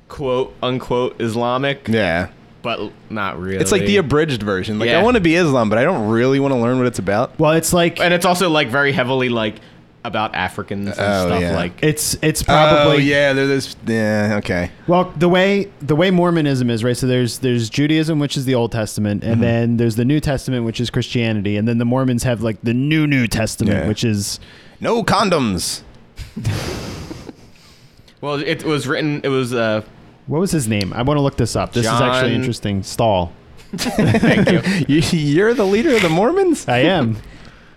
Speaker 2: quote unquote Islamic,
Speaker 3: Yeah.
Speaker 2: but not really.
Speaker 3: It's like the abridged version. Like
Speaker 2: Yeah.
Speaker 3: I want to be Islam, but I don't really want to learn what it's about.
Speaker 1: Well, it's like
Speaker 2: and it's also like very heavily like about Africans and
Speaker 3: Oh,
Speaker 2: stuff
Speaker 3: yeah.
Speaker 2: like
Speaker 1: it's it's probably
Speaker 3: Oh, yeah, they're this. Yeah, okay.
Speaker 1: Well, the way the way Mormonism is, right? So there's there's Judaism, which is the Old Testament, and then there's the New Testament, which is Christianity, and then the Mormons have like the New New Testament,
Speaker 3: Yeah.
Speaker 1: which is
Speaker 3: No condoms. [LAUGHS]
Speaker 2: well, it was written. It was uh,
Speaker 1: what was his name? I want to look this up. This is
Speaker 2: John-
Speaker 1: actually interesting. Stahl.
Speaker 3: You, you're the leader of the Mormons.
Speaker 1: I am.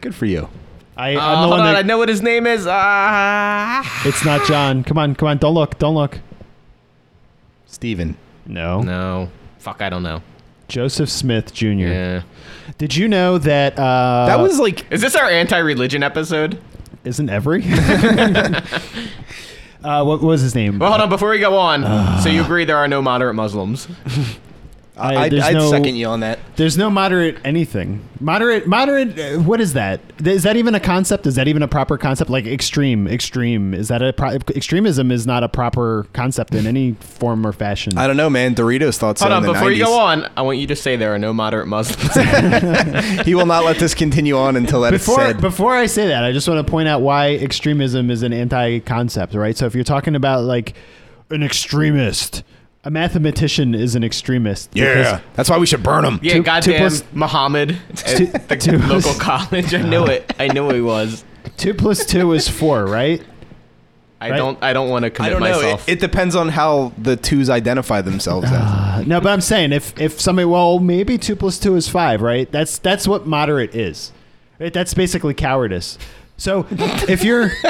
Speaker 3: Good for you.
Speaker 1: I,
Speaker 2: uh,
Speaker 1: I'm the
Speaker 2: hold
Speaker 1: one
Speaker 2: on,
Speaker 1: that.
Speaker 2: I know what his name is. Ah.
Speaker 1: It's not John. Come on, come on. Don't look. Don't look.
Speaker 3: Steven.
Speaker 1: No.
Speaker 2: No. Fuck, I don't know.
Speaker 1: Joseph Smith Jr.
Speaker 2: Yeah.
Speaker 1: Did you know that? Uh,
Speaker 3: That was like
Speaker 2: Is this our anti-religion episode?
Speaker 1: isn't every. [LAUGHS] uh, what was his name?
Speaker 2: Well, hold on. Before we go on, so you agree there are no moderate Muslims?
Speaker 1: I-
Speaker 3: I'd,
Speaker 1: there's
Speaker 3: I'd
Speaker 1: no-
Speaker 3: second you on that.
Speaker 1: There's no moderate anything. Moderate, moderate. uh, What is that? Is that even a concept? Is that even a proper concept? Like extreme, extreme. Is that a pro- extremism? Is not a proper concept in any form or fashion.
Speaker 3: I don't know, man. Doritos thought so
Speaker 2: Hold on.
Speaker 3: in the
Speaker 2: Before
Speaker 3: 90s.
Speaker 2: you go on, I want you to say there are no moderate
Speaker 3: [LAUGHS]
Speaker 2: Muslims.
Speaker 3: He will not let this continue on until that is
Speaker 1: before
Speaker 3: said.
Speaker 1: before I say that, I just want to point out why extremism is an anti-concept, right? So if you're talking about like an extremist, a mathematician is an extremist. because-
Speaker 3: that's why we should burn them.
Speaker 2: yeah,
Speaker 1: Two- two
Speaker 2: goddamn
Speaker 1: plus-
Speaker 2: Muhammad at
Speaker 3: [LAUGHS]
Speaker 1: Two-
Speaker 2: the
Speaker 1: two-
Speaker 2: local college. I knew it. I knew he was.
Speaker 1: two plus two is four, right?
Speaker 2: I
Speaker 1: Right?
Speaker 2: don't. I don't want to
Speaker 3: I
Speaker 2: commit
Speaker 3: don't know. It,
Speaker 2: myself.
Speaker 3: it depends on how the twos identify themselves as.
Speaker 1: Uh, no, but I'm saying if if somebody, well, maybe two plus two is five, right? That's that's what moderate is. Right? That's basically cowardice. So if you're, [LAUGHS]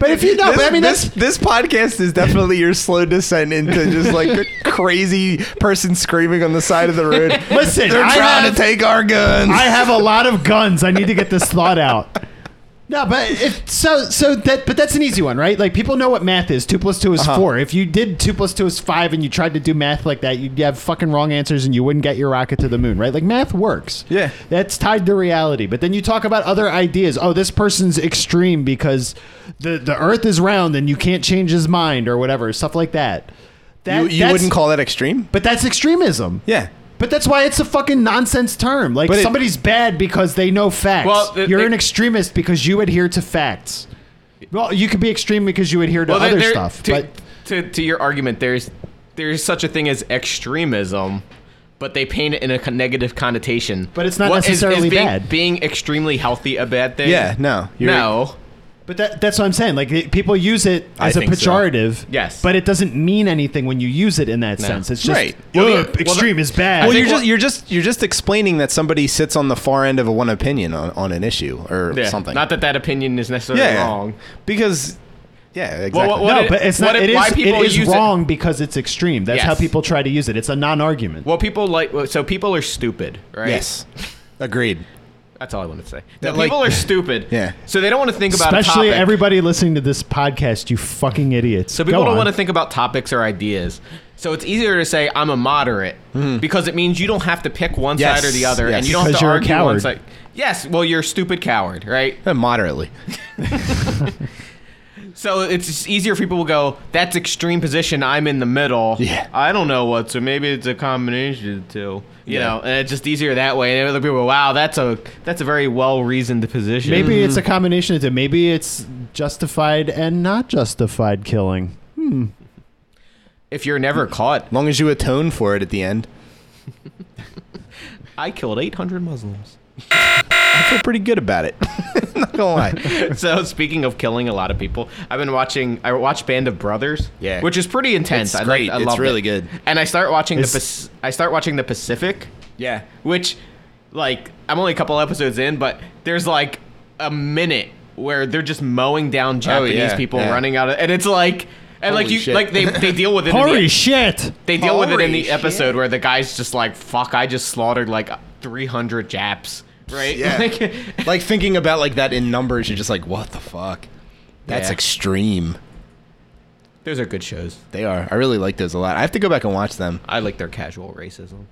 Speaker 1: but if you know,
Speaker 3: this,
Speaker 1: but I mean
Speaker 3: this,
Speaker 1: that's
Speaker 3: this podcast is definitely your slow descent into just like a
Speaker 1: [LAUGHS]
Speaker 3: crazy person screaming on the side of the road.
Speaker 1: listen.
Speaker 3: They're
Speaker 1: I
Speaker 3: trying
Speaker 1: have,
Speaker 3: to take our guns.
Speaker 1: I have a lot of guns. I need to get this thought out. No, but if, so so that but that's an easy one, right? Like people know what math is. Two plus two is four. If you did two plus two is five, and you tried to do math like that, you'd have fucking wrong answers, and you wouldn't get your rocket to the moon, right? Like math works.
Speaker 3: Yeah.
Speaker 1: that's tied to reality. But then you talk about other ideas. Oh, this person's extreme because the the Earth is round and you can't change his mind or whatever stuff like that. That
Speaker 3: you you
Speaker 1: that's-
Speaker 3: wouldn't call that extreme?
Speaker 1: but that's extremism.
Speaker 3: Yeah.
Speaker 1: But that's why it's a fucking nonsense term. Like
Speaker 3: But it-
Speaker 1: somebody's bad because they know facts.
Speaker 2: Well, th-
Speaker 1: You're
Speaker 2: they-
Speaker 1: an extremist because you adhere to facts. Well, you could be extreme because you adhere to
Speaker 2: Well, there-
Speaker 1: other
Speaker 2: there-
Speaker 1: stuff.
Speaker 2: To,
Speaker 1: but
Speaker 2: to, to your argument, there's there's such a thing as extremism, but they paint it in a con- negative connotation.
Speaker 1: But it's not
Speaker 2: What is- is
Speaker 1: necessarily
Speaker 2: being,
Speaker 1: bad.
Speaker 2: Being extremely healthy a bad thing?
Speaker 3: Yeah, no. You're-
Speaker 2: No.
Speaker 1: but that, that's what I'm saying. Like it- people use it
Speaker 3: I
Speaker 1: as a
Speaker 3: think so.
Speaker 1: pejorative.
Speaker 2: Yes.
Speaker 1: But it doesn't mean anything when you use it in that sense. It's just
Speaker 3: Right.
Speaker 1: "Ugh,
Speaker 2: Well, the-
Speaker 1: extreme
Speaker 2: well,
Speaker 1: is bad.
Speaker 3: Well, you're
Speaker 2: think
Speaker 3: just
Speaker 2: what-
Speaker 3: you're just you're just explaining that somebody sits on the far end of a one opinion on, on an issue or
Speaker 2: Yeah.
Speaker 3: something.
Speaker 2: Not that that opinion is necessarily
Speaker 3: yeah,
Speaker 2: wrong.
Speaker 3: because yeah, exactly.
Speaker 2: what- what
Speaker 1: no,
Speaker 2: it-
Speaker 1: but it's
Speaker 2: what
Speaker 1: not.
Speaker 2: it-
Speaker 1: It is,
Speaker 2: why
Speaker 1: it
Speaker 2: people
Speaker 1: is
Speaker 2: use it-
Speaker 1: wrong because it's extreme. That's
Speaker 2: Yes.
Speaker 1: how people try to use it. It's a non-argument.
Speaker 2: Well, people like well, so people are stupid, right?
Speaker 3: yes, agreed.
Speaker 2: That's all I wanted to say. No,
Speaker 3: That, like-
Speaker 2: people are stupid.
Speaker 3: [LAUGHS] Yeah.
Speaker 2: So they don't want to think about
Speaker 1: Especially
Speaker 2: a topic.
Speaker 1: everybody listening to this podcast, you fucking idiots.
Speaker 2: So people
Speaker 1: Go
Speaker 2: don't
Speaker 1: on.
Speaker 2: want to think about topics or ideas. So it's easier to say I'm a moderate because it means you don't have to pick one
Speaker 3: Yes,
Speaker 2: side or the other,
Speaker 3: yes.
Speaker 2: and you don't have
Speaker 1: Hmm. Because
Speaker 2: to
Speaker 1: you're a
Speaker 2: argue one
Speaker 1: coward.
Speaker 2: side. Yes, well, you're a stupid coward, right?
Speaker 3: Eh, Moderately.
Speaker 2: So it's just easier for people to go, "That's extreme position. I'm in the middle.
Speaker 3: Yeah.
Speaker 2: I don't know what. So maybe it's a combination of the two. You
Speaker 3: Yeah.
Speaker 2: know, and it's just easier that way. And other people, go, wow, that's a that's a very well reasoned position.
Speaker 3: Mm-hmm.
Speaker 1: Maybe it's a combination of the. Maybe it's justified and not justified killing. Hmm.
Speaker 2: If you're never caught,
Speaker 3: Long as you atone for it at the end.
Speaker 2: I killed 800 Muslims.
Speaker 3: I feel pretty good about it. [LAUGHS] Not gonna
Speaker 1: [LAUGHS]
Speaker 3: lie.
Speaker 2: [LAUGHS] so speaking of killing a lot of people, I've been watching. I watched Band of Brothers.
Speaker 3: Yeah.
Speaker 2: which is pretty intense.
Speaker 3: It's
Speaker 2: I
Speaker 3: great.
Speaker 2: Like, I
Speaker 3: It's
Speaker 2: loved
Speaker 3: really
Speaker 2: it.
Speaker 3: good.
Speaker 2: And I start watching the.
Speaker 1: It's-
Speaker 2: Pac- I start watching the Pacific,
Speaker 3: Yeah.
Speaker 2: which, like, I'm only a couple episodes in, but there's like a minute where they're just mowing down Japanese
Speaker 3: Oh, yeah,
Speaker 2: people
Speaker 3: yeah.
Speaker 2: running out of, and it's like. And like
Speaker 3: Holy
Speaker 2: you,
Speaker 3: shit.
Speaker 2: like they, they deal with it. in the- e,
Speaker 1: Holy shit!
Speaker 2: they deal with it in
Speaker 3: Holy
Speaker 2: the episode
Speaker 3: shit.
Speaker 2: where the guy's just like, "Fuck, I just slaughtered like 300 Japs." Right? [LAUGHS]
Speaker 3: Yeah.
Speaker 2: Like,
Speaker 3: like thinking about like that in numbers, you're just like, what the fuck? That's
Speaker 2: Yeah.
Speaker 3: extreme.
Speaker 2: those are good shows.
Speaker 3: They are. I really like those a lot. I have to go back and watch them.
Speaker 2: I like their casual racism.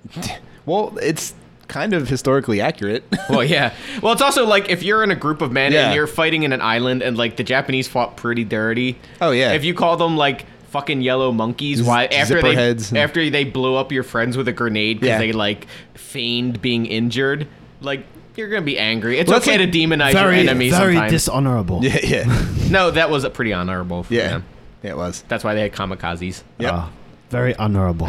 Speaker 3: Well, it's kind of historically accurate. [LAUGHS]
Speaker 2: well, yeah. Well, it's also like if you're in a group of men
Speaker 3: Yeah.
Speaker 2: and you're fighting in an island, and like the Japanese fought pretty dirty.
Speaker 3: Oh, yeah.
Speaker 2: If you call them like fucking yellow monkeys, why after
Speaker 3: zipper
Speaker 2: they
Speaker 3: heads.
Speaker 2: after they blew up your friends with a grenade because
Speaker 3: Yeah.
Speaker 2: they like feigned being injured, like you're gonna be angry. It's
Speaker 3: Well, that's
Speaker 2: okay
Speaker 3: like
Speaker 2: to demonize
Speaker 1: Very,
Speaker 2: your enemy
Speaker 1: very
Speaker 2: sometimes.
Speaker 1: dishonorable.
Speaker 3: yeah, yeah,
Speaker 2: no, that was pretty honorable. For
Speaker 3: yeah.
Speaker 2: them.
Speaker 3: Yeah, it was.
Speaker 2: That's why they had
Speaker 3: [LAUGHS]
Speaker 2: kamikazes.
Speaker 3: Yep.
Speaker 1: Uh, very [LAUGHS] honorable.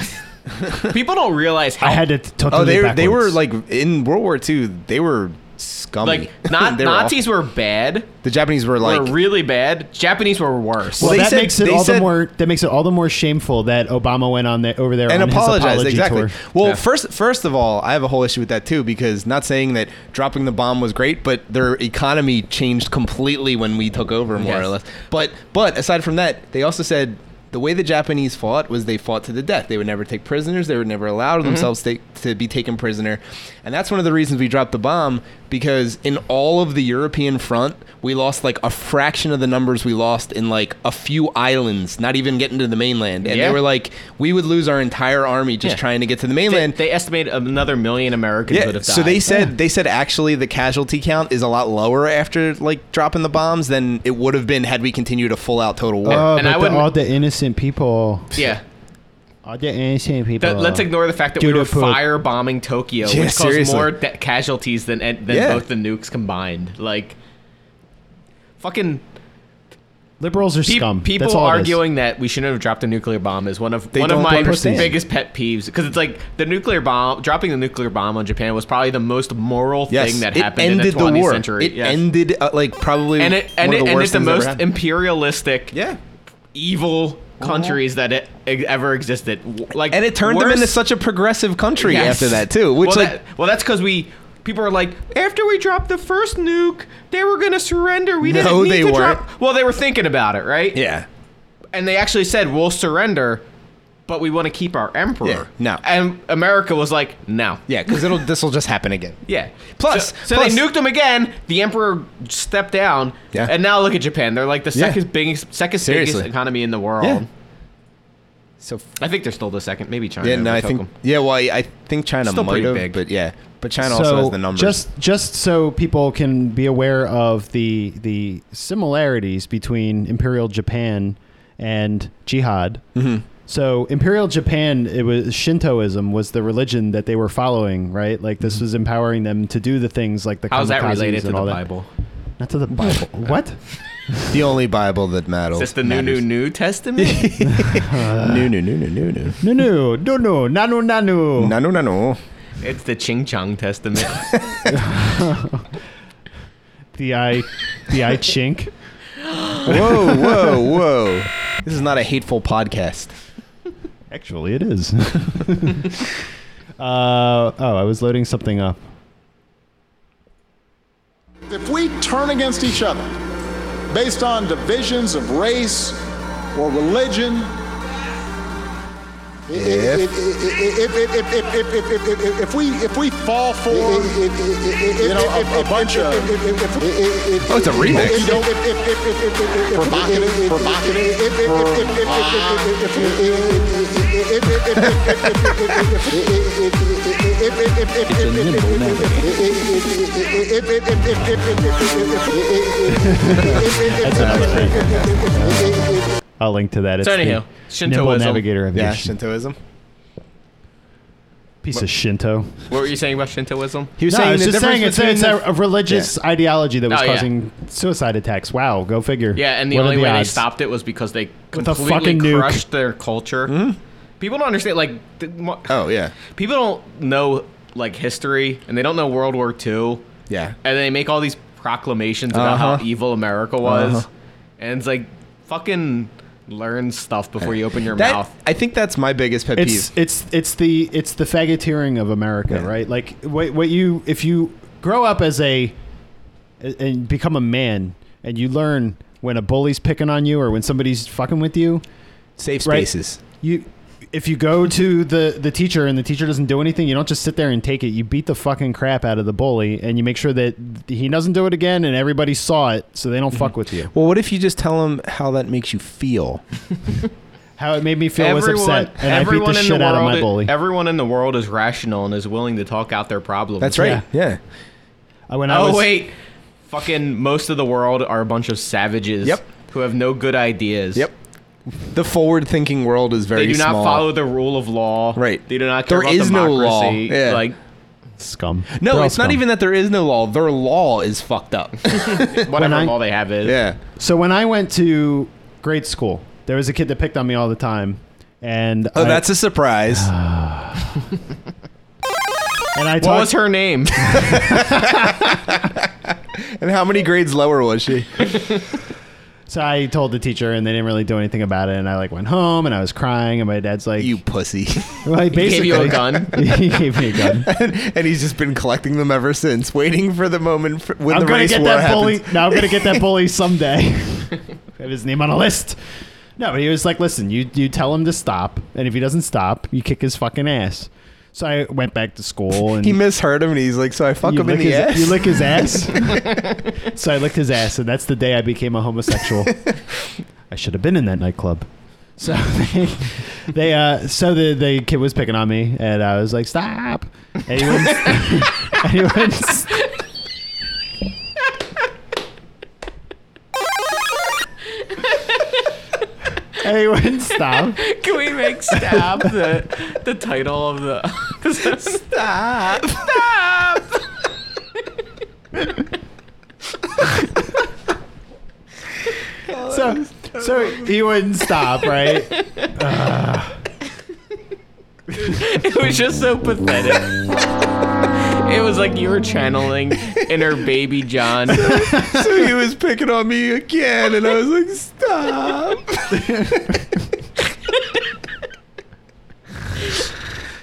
Speaker 2: People don't realize how
Speaker 1: I had it totally
Speaker 3: oh, they were, they were
Speaker 1: backwards.
Speaker 3: like in World War II. They were scummy.
Speaker 2: like not
Speaker 3: [LAUGHS] They were
Speaker 2: Nazis
Speaker 3: awful.
Speaker 2: were bad.
Speaker 3: The Japanese were like.
Speaker 2: were really bad. Japanese were worse.
Speaker 1: Well,
Speaker 3: Well, they
Speaker 1: that
Speaker 3: said-
Speaker 1: makes it
Speaker 3: they
Speaker 1: all the
Speaker 3: said-
Speaker 1: more that makes it all the more shameful that Obama went on there over there
Speaker 3: and
Speaker 1: on his
Speaker 3: apologized
Speaker 1: apology
Speaker 3: exactly.
Speaker 1: tour.
Speaker 3: Well,
Speaker 2: Yeah.
Speaker 3: first first of all, I have a whole issue with that too because not saying that dropping the bomb was great, but their economy changed completely when we took over more or
Speaker 2: Yes.
Speaker 3: less. But but aside from that, they also said the way the Japanese fought was they fought to the death. They would never take prisoners. They would never
Speaker 1: Mm-hmm.
Speaker 3: allow themselves to, to be taken prisoner. And that's one of the reasons we dropped the bomb because in all of the European front, we lost like a fraction of the numbers we lost in like a few islands, not even getting to the mainland. And
Speaker 2: Yeah.
Speaker 3: they were like, we would lose our entire army just
Speaker 2: Yeah.
Speaker 3: trying to get to the
Speaker 2: They,
Speaker 3: mainland.
Speaker 2: they estimate another million Americans would
Speaker 3: yeah,
Speaker 2: have died.
Speaker 3: so they said they said actually the casualty count is a lot lower after like dropping the bombs than it would have been had we continued a full out total war.
Speaker 1: Oh,
Speaker 2: And I
Speaker 1: but the,
Speaker 2: wouldn't-
Speaker 1: all the innocent people.
Speaker 2: yeah.
Speaker 1: All the innocent people.
Speaker 2: Th- let's ignore the fact that we
Speaker 1: Doo-doo
Speaker 2: were
Speaker 1: poop.
Speaker 2: firebombing Tokyo,
Speaker 3: Yeah,
Speaker 2: which caused
Speaker 3: seriously.
Speaker 2: more de- casualties than than
Speaker 3: Yeah.
Speaker 2: both the nukes combined. Like, fucking
Speaker 1: Liberals are
Speaker 2: pe-
Speaker 1: scum. That's
Speaker 2: people
Speaker 1: all it is.
Speaker 2: arguing that we shouldn't have dropped a nuclear bomb is one of
Speaker 3: They
Speaker 2: one of
Speaker 3: don't
Speaker 2: my
Speaker 3: understand.
Speaker 2: biggest pet peeves because it's like the nuclear bomb dropping the nuclear bomb on Japan was probably the most moral thing that
Speaker 3: it
Speaker 2: happened in
Speaker 3: ended
Speaker 2: the 20th
Speaker 3: war.
Speaker 2: century.
Speaker 3: It
Speaker 2: Yes.
Speaker 3: ended uh, like probably
Speaker 2: and it and
Speaker 3: one
Speaker 2: it
Speaker 3: of the
Speaker 2: ended
Speaker 3: worst
Speaker 2: the
Speaker 3: things that ever
Speaker 2: most
Speaker 3: happened.
Speaker 2: imperialistic
Speaker 3: yeah.
Speaker 2: evil countries that it, e- ever existed. W- Like,
Speaker 3: Uh-huh. And it turned them
Speaker 2: worse-
Speaker 3: into such a progressive country
Speaker 2: Yes.
Speaker 3: after that too, which
Speaker 2: well,
Speaker 3: like
Speaker 2: that- well, that's because we people are like, after we dropped the first nuke, they were gonna surrender. We didn't
Speaker 3: No,
Speaker 2: need
Speaker 3: they
Speaker 2: to drop.
Speaker 3: weren't.
Speaker 2: Well, they were thinking about it, right?
Speaker 3: yeah.
Speaker 2: And they actually said, we'll surrender, but we want to keep our emperor.
Speaker 3: Yeah, no.
Speaker 2: And America was like, no.
Speaker 3: Yeah, cuz it'll this will just happen again.
Speaker 2: Yeah.
Speaker 3: Plus-
Speaker 2: so, so
Speaker 3: plus-
Speaker 2: they nuked him again. The emperor stepped down.
Speaker 3: Yeah.
Speaker 2: And now look at Japan. They're like the
Speaker 3: Yeah.
Speaker 2: second biggest, second biggest
Speaker 3: Seriously.
Speaker 2: economy in the world.
Speaker 3: Yeah. So
Speaker 2: I think they're still the second. Maybe China.
Speaker 3: yeah, no, I think
Speaker 2: overtook 'em.
Speaker 3: yeah, well, I, I think China
Speaker 2: Still
Speaker 3: might
Speaker 2: pretty
Speaker 3: have,
Speaker 2: big.
Speaker 3: but yeah, but China
Speaker 1: so
Speaker 3: also has the numbers.
Speaker 1: Just just so people can be aware of the the similarities between Imperial Japan and jihad.
Speaker 3: Mm-hmm.
Speaker 1: So Imperial Japan, it was Shintoism was the religion that they were following, right? Like
Speaker 3: Mm-hmm.
Speaker 1: this was empowering them to do the things like the
Speaker 2: How's that
Speaker 1: kamikazes
Speaker 2: related to the
Speaker 1: and all that.
Speaker 2: Bible?
Speaker 1: Not to the Bible. what?
Speaker 3: the only Bible that matters.
Speaker 2: Is this the new, new, new testament?
Speaker 3: [LAUGHS] new, new, new, new, new, new.
Speaker 1: No, no, no, no, nanu, nanu.
Speaker 3: No, no, no, no.
Speaker 2: it's the Ching Chong
Speaker 3: [LAUGHS]
Speaker 2: testament.
Speaker 1: The eye, the eye chink.
Speaker 3: Whoa, whoa, whoa! This is not a hateful podcast.
Speaker 1: Actually, it is. [LAUGHS] uh, oh, I was loading something up.
Speaker 5: If we turn against each other based on divisions of race or religion, i- i- if if if if if if- if- if- if- if- if- if we if we fall for you know a, a bunch of
Speaker 3: Oh, it's a remix.
Speaker 5: if you don't- if- if- if- if- if- if- if- provocative provocative if if- if- if- if- if- if- if- if- if- if-
Speaker 1: I'll link to that. It's
Speaker 2: So anyhow,
Speaker 1: the Nimble
Speaker 2: Shintoism.
Speaker 1: Navigator
Speaker 3: Yeah,
Speaker 1: Aviation.
Speaker 3: Shintoism.
Speaker 1: Piece of Shinto.
Speaker 2: What were you saying about Shintoism?
Speaker 3: He was
Speaker 1: No,
Speaker 3: saying
Speaker 1: I was
Speaker 3: the
Speaker 1: just
Speaker 3: difference
Speaker 1: saying it's,
Speaker 3: between
Speaker 1: it's
Speaker 3: the-
Speaker 1: a, a religious ideology that was
Speaker 2: Oh, yeah.
Speaker 1: causing suicide attacks. Wow, go figure.
Speaker 2: Yeah, and the
Speaker 1: What are
Speaker 2: only way they
Speaker 1: odds?
Speaker 2: stopped it was because they
Speaker 1: With a
Speaker 2: completely
Speaker 1: fucking nuke.
Speaker 2: crushed their culture. People don't understand. Like, the, mo-
Speaker 3: Hmm? Oh yeah,
Speaker 2: people don't know like history, and they don't know World War II.
Speaker 3: yeah.
Speaker 2: and they make all these proclamations about
Speaker 3: Uh-huh.
Speaker 2: how evil America was,
Speaker 3: Uh-huh.
Speaker 2: and it's like fucking learn stuff before you open your
Speaker 3: That
Speaker 2: mouth.
Speaker 3: I think that's my biggest pet
Speaker 1: It's
Speaker 3: peeve.
Speaker 1: it's it's the it's the faggoteering of America,
Speaker 3: Yeah.
Speaker 1: right? Like what what you if you grow up as a and become a man and you learn when a bully's picking on you or when somebody's fucking with you,
Speaker 3: Safe
Speaker 1: right?
Speaker 3: spaces.
Speaker 1: You if you go to the the teacher and the teacher doesn't do anything, you don't just sit there and take it. You beat the fucking crap out of the bully and you make sure that he doesn't do it again and everybody saw it so they don't fuck with you.
Speaker 3: Well, what if you just tell them how that makes you feel?
Speaker 1: How it made me feel was upset and I beat the shit out of my bully.
Speaker 2: Everyone in the world is rational and is willing to talk out their problems.
Speaker 3: That's right. Yeah.
Speaker 1: Uh, when I
Speaker 2: Oh
Speaker 1: was-
Speaker 2: wait, fucking most of the world are a bunch of savages.
Speaker 3: Yep.
Speaker 2: Who have no good ideas.
Speaker 3: Yep. The forward-thinking world is very
Speaker 2: They do not
Speaker 3: small.
Speaker 2: follow the rule of law.
Speaker 3: Right.
Speaker 2: They do not care
Speaker 3: There
Speaker 2: about
Speaker 3: is no law.
Speaker 2: democracy.
Speaker 3: Yeah.
Speaker 2: Like
Speaker 1: scum.
Speaker 3: No,
Speaker 1: They're all
Speaker 3: it's not
Speaker 1: scum.
Speaker 3: even that there is no law. Their law is fucked [LAUGHS] up.
Speaker 2: whatever
Speaker 1: I-
Speaker 2: law they have is.
Speaker 3: yeah.
Speaker 1: So when I went to grade school, there was a kid that picked on me all the time, and
Speaker 3: Oh,
Speaker 1: I,
Speaker 3: that's a surprise.
Speaker 1: and I
Speaker 2: What
Speaker 1: talked,
Speaker 2: was her name?
Speaker 3: and how many grades lower was she?
Speaker 1: so I told the teacher, and they didn't really do anything about it. And I like went home, and I was crying, and my dad's like,
Speaker 3: [LAUGHS] you pussy.
Speaker 1: [LAUGHS] like,
Speaker 2: He gave
Speaker 1: basically,
Speaker 2: you a gun.
Speaker 1: [LAUGHS] he gave me a gun.
Speaker 3: [LAUGHS] and he's just been collecting them ever since, waiting for the moment for, when
Speaker 1: I'm
Speaker 3: the
Speaker 1: gonna
Speaker 3: race
Speaker 1: get
Speaker 3: war
Speaker 1: that
Speaker 3: happens.
Speaker 1: bully. No, I'm gonna get that bully someday. [LAUGHS] Have his name on a list. No, but he was like, "Listen, you you tell him to stop, and if he doesn't stop, you kick his fucking ass." So I went back to school, and
Speaker 3: [LAUGHS] [LAUGHS] He misheard him, and he's like, "So I fuck
Speaker 1: you
Speaker 3: him in
Speaker 1: lick
Speaker 3: the
Speaker 1: his,
Speaker 3: ass."
Speaker 1: You lick
Speaker 3: [LAUGHS]
Speaker 1: his ass. so I licked his ass, and that's the day I became a
Speaker 3: [LAUGHS]
Speaker 1: homosexual. I should have been in that nightclub. So they, they uh, so the, the kid was picking on me, and I was like, "Stop!" And he wouldn't, [LAUGHS] and he wouldn't-
Speaker 3: [LAUGHS]
Speaker 1: and he wouldn't stop.
Speaker 3: [LAUGHS]
Speaker 2: Can we make stab the the title of the [LAUGHS] stop stop?
Speaker 1: so, so he wouldn't stop, right?
Speaker 2: It was just so pathetic. It was like you were channeling inner baby John.
Speaker 3: so he was picking on me again, and I was like, "Stop."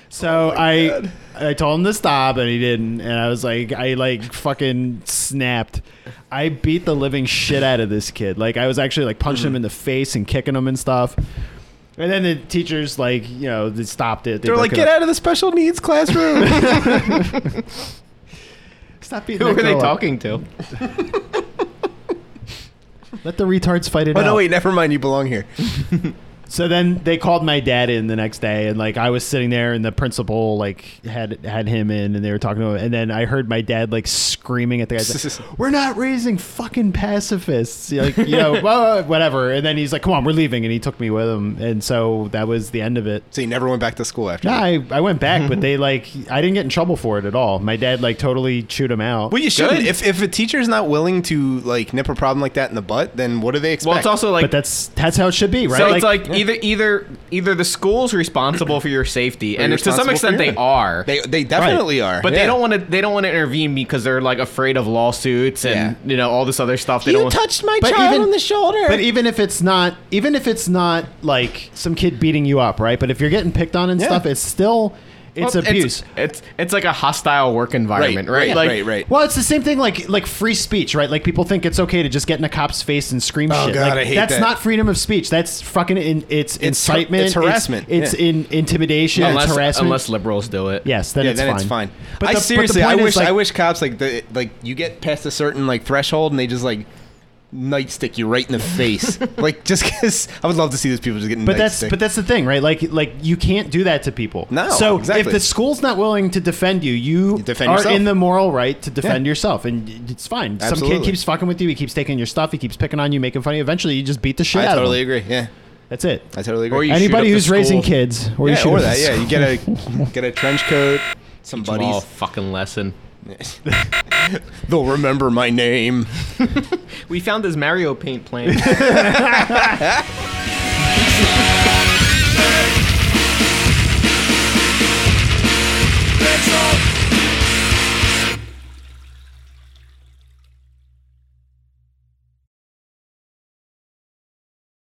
Speaker 1: So
Speaker 3: Oh
Speaker 1: I I told him to stop and he didn't and I was like I like fucking snapped. I beat the living shit out of this kid. Like I was actually like punching him in the face and kicking him and stuff. And then the teachers like, you know, they stopped it. They
Speaker 3: They're
Speaker 1: broke
Speaker 3: like,
Speaker 1: it
Speaker 3: "Get
Speaker 1: up.
Speaker 3: out of the special needs classroom."
Speaker 1: Stop beating
Speaker 2: Who
Speaker 1: that
Speaker 2: were they
Speaker 1: girl up.
Speaker 2: talking to?
Speaker 1: Let the retards fight it
Speaker 3: oh
Speaker 1: out. [LAUGHS]
Speaker 3: no, wait, never mind. You belong here.
Speaker 1: So then they called my dad in the next day, and like I was sitting there, and the principal like had had him in, and they were talking to him, and then I heard my dad like screaming at the guys,
Speaker 2: [LAUGHS]
Speaker 1: like, "We're not raising fucking pacifists!" You know, Like you know, "Well, whatever. And then he's like, "Come on, we're leaving," and he took me with him, and so that was the end of it.
Speaker 3: So he never went back to school after.
Speaker 1: No,
Speaker 3: that.
Speaker 1: I, I went back, but they like I didn't get in trouble for it at all. My dad like totally chewed him out.
Speaker 3: Well, you should.
Speaker 2: Good.
Speaker 3: If if a teacher's not willing to like nip a problem like that in the butt, then what do they expect?
Speaker 2: Well, it's also like
Speaker 1: but that's that's how it should be, right?
Speaker 2: so. It's like either either either the school's responsible for your safety, and
Speaker 3: you're
Speaker 2: to some
Speaker 3: responsible
Speaker 2: extent
Speaker 3: for
Speaker 2: they
Speaker 3: your-
Speaker 2: are.
Speaker 3: they they definitely are,
Speaker 2: but
Speaker 3: yeah.
Speaker 2: they don't want to. They don't want to intervene because they're like afraid of lawsuits and
Speaker 3: Yeah.
Speaker 2: you know all this other stuff. They
Speaker 3: You
Speaker 2: don't.
Speaker 3: touched my
Speaker 1: But
Speaker 3: child
Speaker 1: even-
Speaker 3: on the shoulder.
Speaker 1: But even if it's not, even if it's not like some kid beating you up, right? But if you're getting picked on and
Speaker 3: Yeah.
Speaker 1: stuff, it's still Oh, it's
Speaker 2: Well,
Speaker 1: abuse.
Speaker 2: It's, it's it's like a hostile work environment, right?
Speaker 3: right,
Speaker 2: like,
Speaker 3: right, right.
Speaker 1: well, it's the same thing like like free speech, right? Like people think it's okay to just get in a cop's face and scream
Speaker 3: Oh,
Speaker 1: shit.
Speaker 3: God,
Speaker 1: Like,
Speaker 3: I hate
Speaker 1: that's
Speaker 3: that.
Speaker 1: not freedom of speech. That's fucking in, it's,
Speaker 3: It's har-
Speaker 1: incitement.
Speaker 3: it's harassment,
Speaker 1: It's, it's
Speaker 3: yeah.
Speaker 1: in intimidation.
Speaker 2: Unless,
Speaker 1: it's harassment.
Speaker 2: unless liberals do it.
Speaker 1: yes, then,
Speaker 3: yeah,
Speaker 1: it's,
Speaker 3: then
Speaker 1: fine.
Speaker 3: it's fine.
Speaker 1: But
Speaker 3: I
Speaker 1: the- but the
Speaker 3: seriously, I
Speaker 1: point is,
Speaker 3: wish,
Speaker 1: like-
Speaker 3: I wish cops like the like you get past a certain like threshold and they just like nightstick you right in
Speaker 1: [LAUGHS]
Speaker 3: the face. like just because I would love to see those people just getting.
Speaker 1: But that's
Speaker 3: nightstick.
Speaker 1: but that's the thing, right? Like like you can't do that to people.
Speaker 3: No,
Speaker 1: So if
Speaker 3: exactly.
Speaker 1: the school's not willing to defend you, you,
Speaker 3: defend
Speaker 1: are
Speaker 3: yourself.
Speaker 1: in the moral right to defend yourself, and y- it's fine. Some
Speaker 3: Absolutely.
Speaker 1: kid keeps fucking with you. He keeps taking your stuff. He keeps picking on you, making fun of you. Eventually, you just beat the shit
Speaker 3: I
Speaker 1: out
Speaker 3: totally
Speaker 1: of him.
Speaker 3: agree. Yeah.
Speaker 1: That's it.
Speaker 3: I totally agree.
Speaker 2: Or you shoot
Speaker 1: Anybody
Speaker 2: up
Speaker 1: who's
Speaker 2: the
Speaker 1: raising
Speaker 2: school.
Speaker 1: kids, or you
Speaker 3: yeah,
Speaker 1: shoot
Speaker 3: or
Speaker 1: up
Speaker 3: that.
Speaker 1: the
Speaker 3: Yeah, you
Speaker 1: school.
Speaker 3: get a get a trench coat, some
Speaker 2: Small
Speaker 3: buddies.
Speaker 2: fucking lesson.
Speaker 3: They'll remember my name.
Speaker 2: [LAUGHS] We found this Mario paint plan.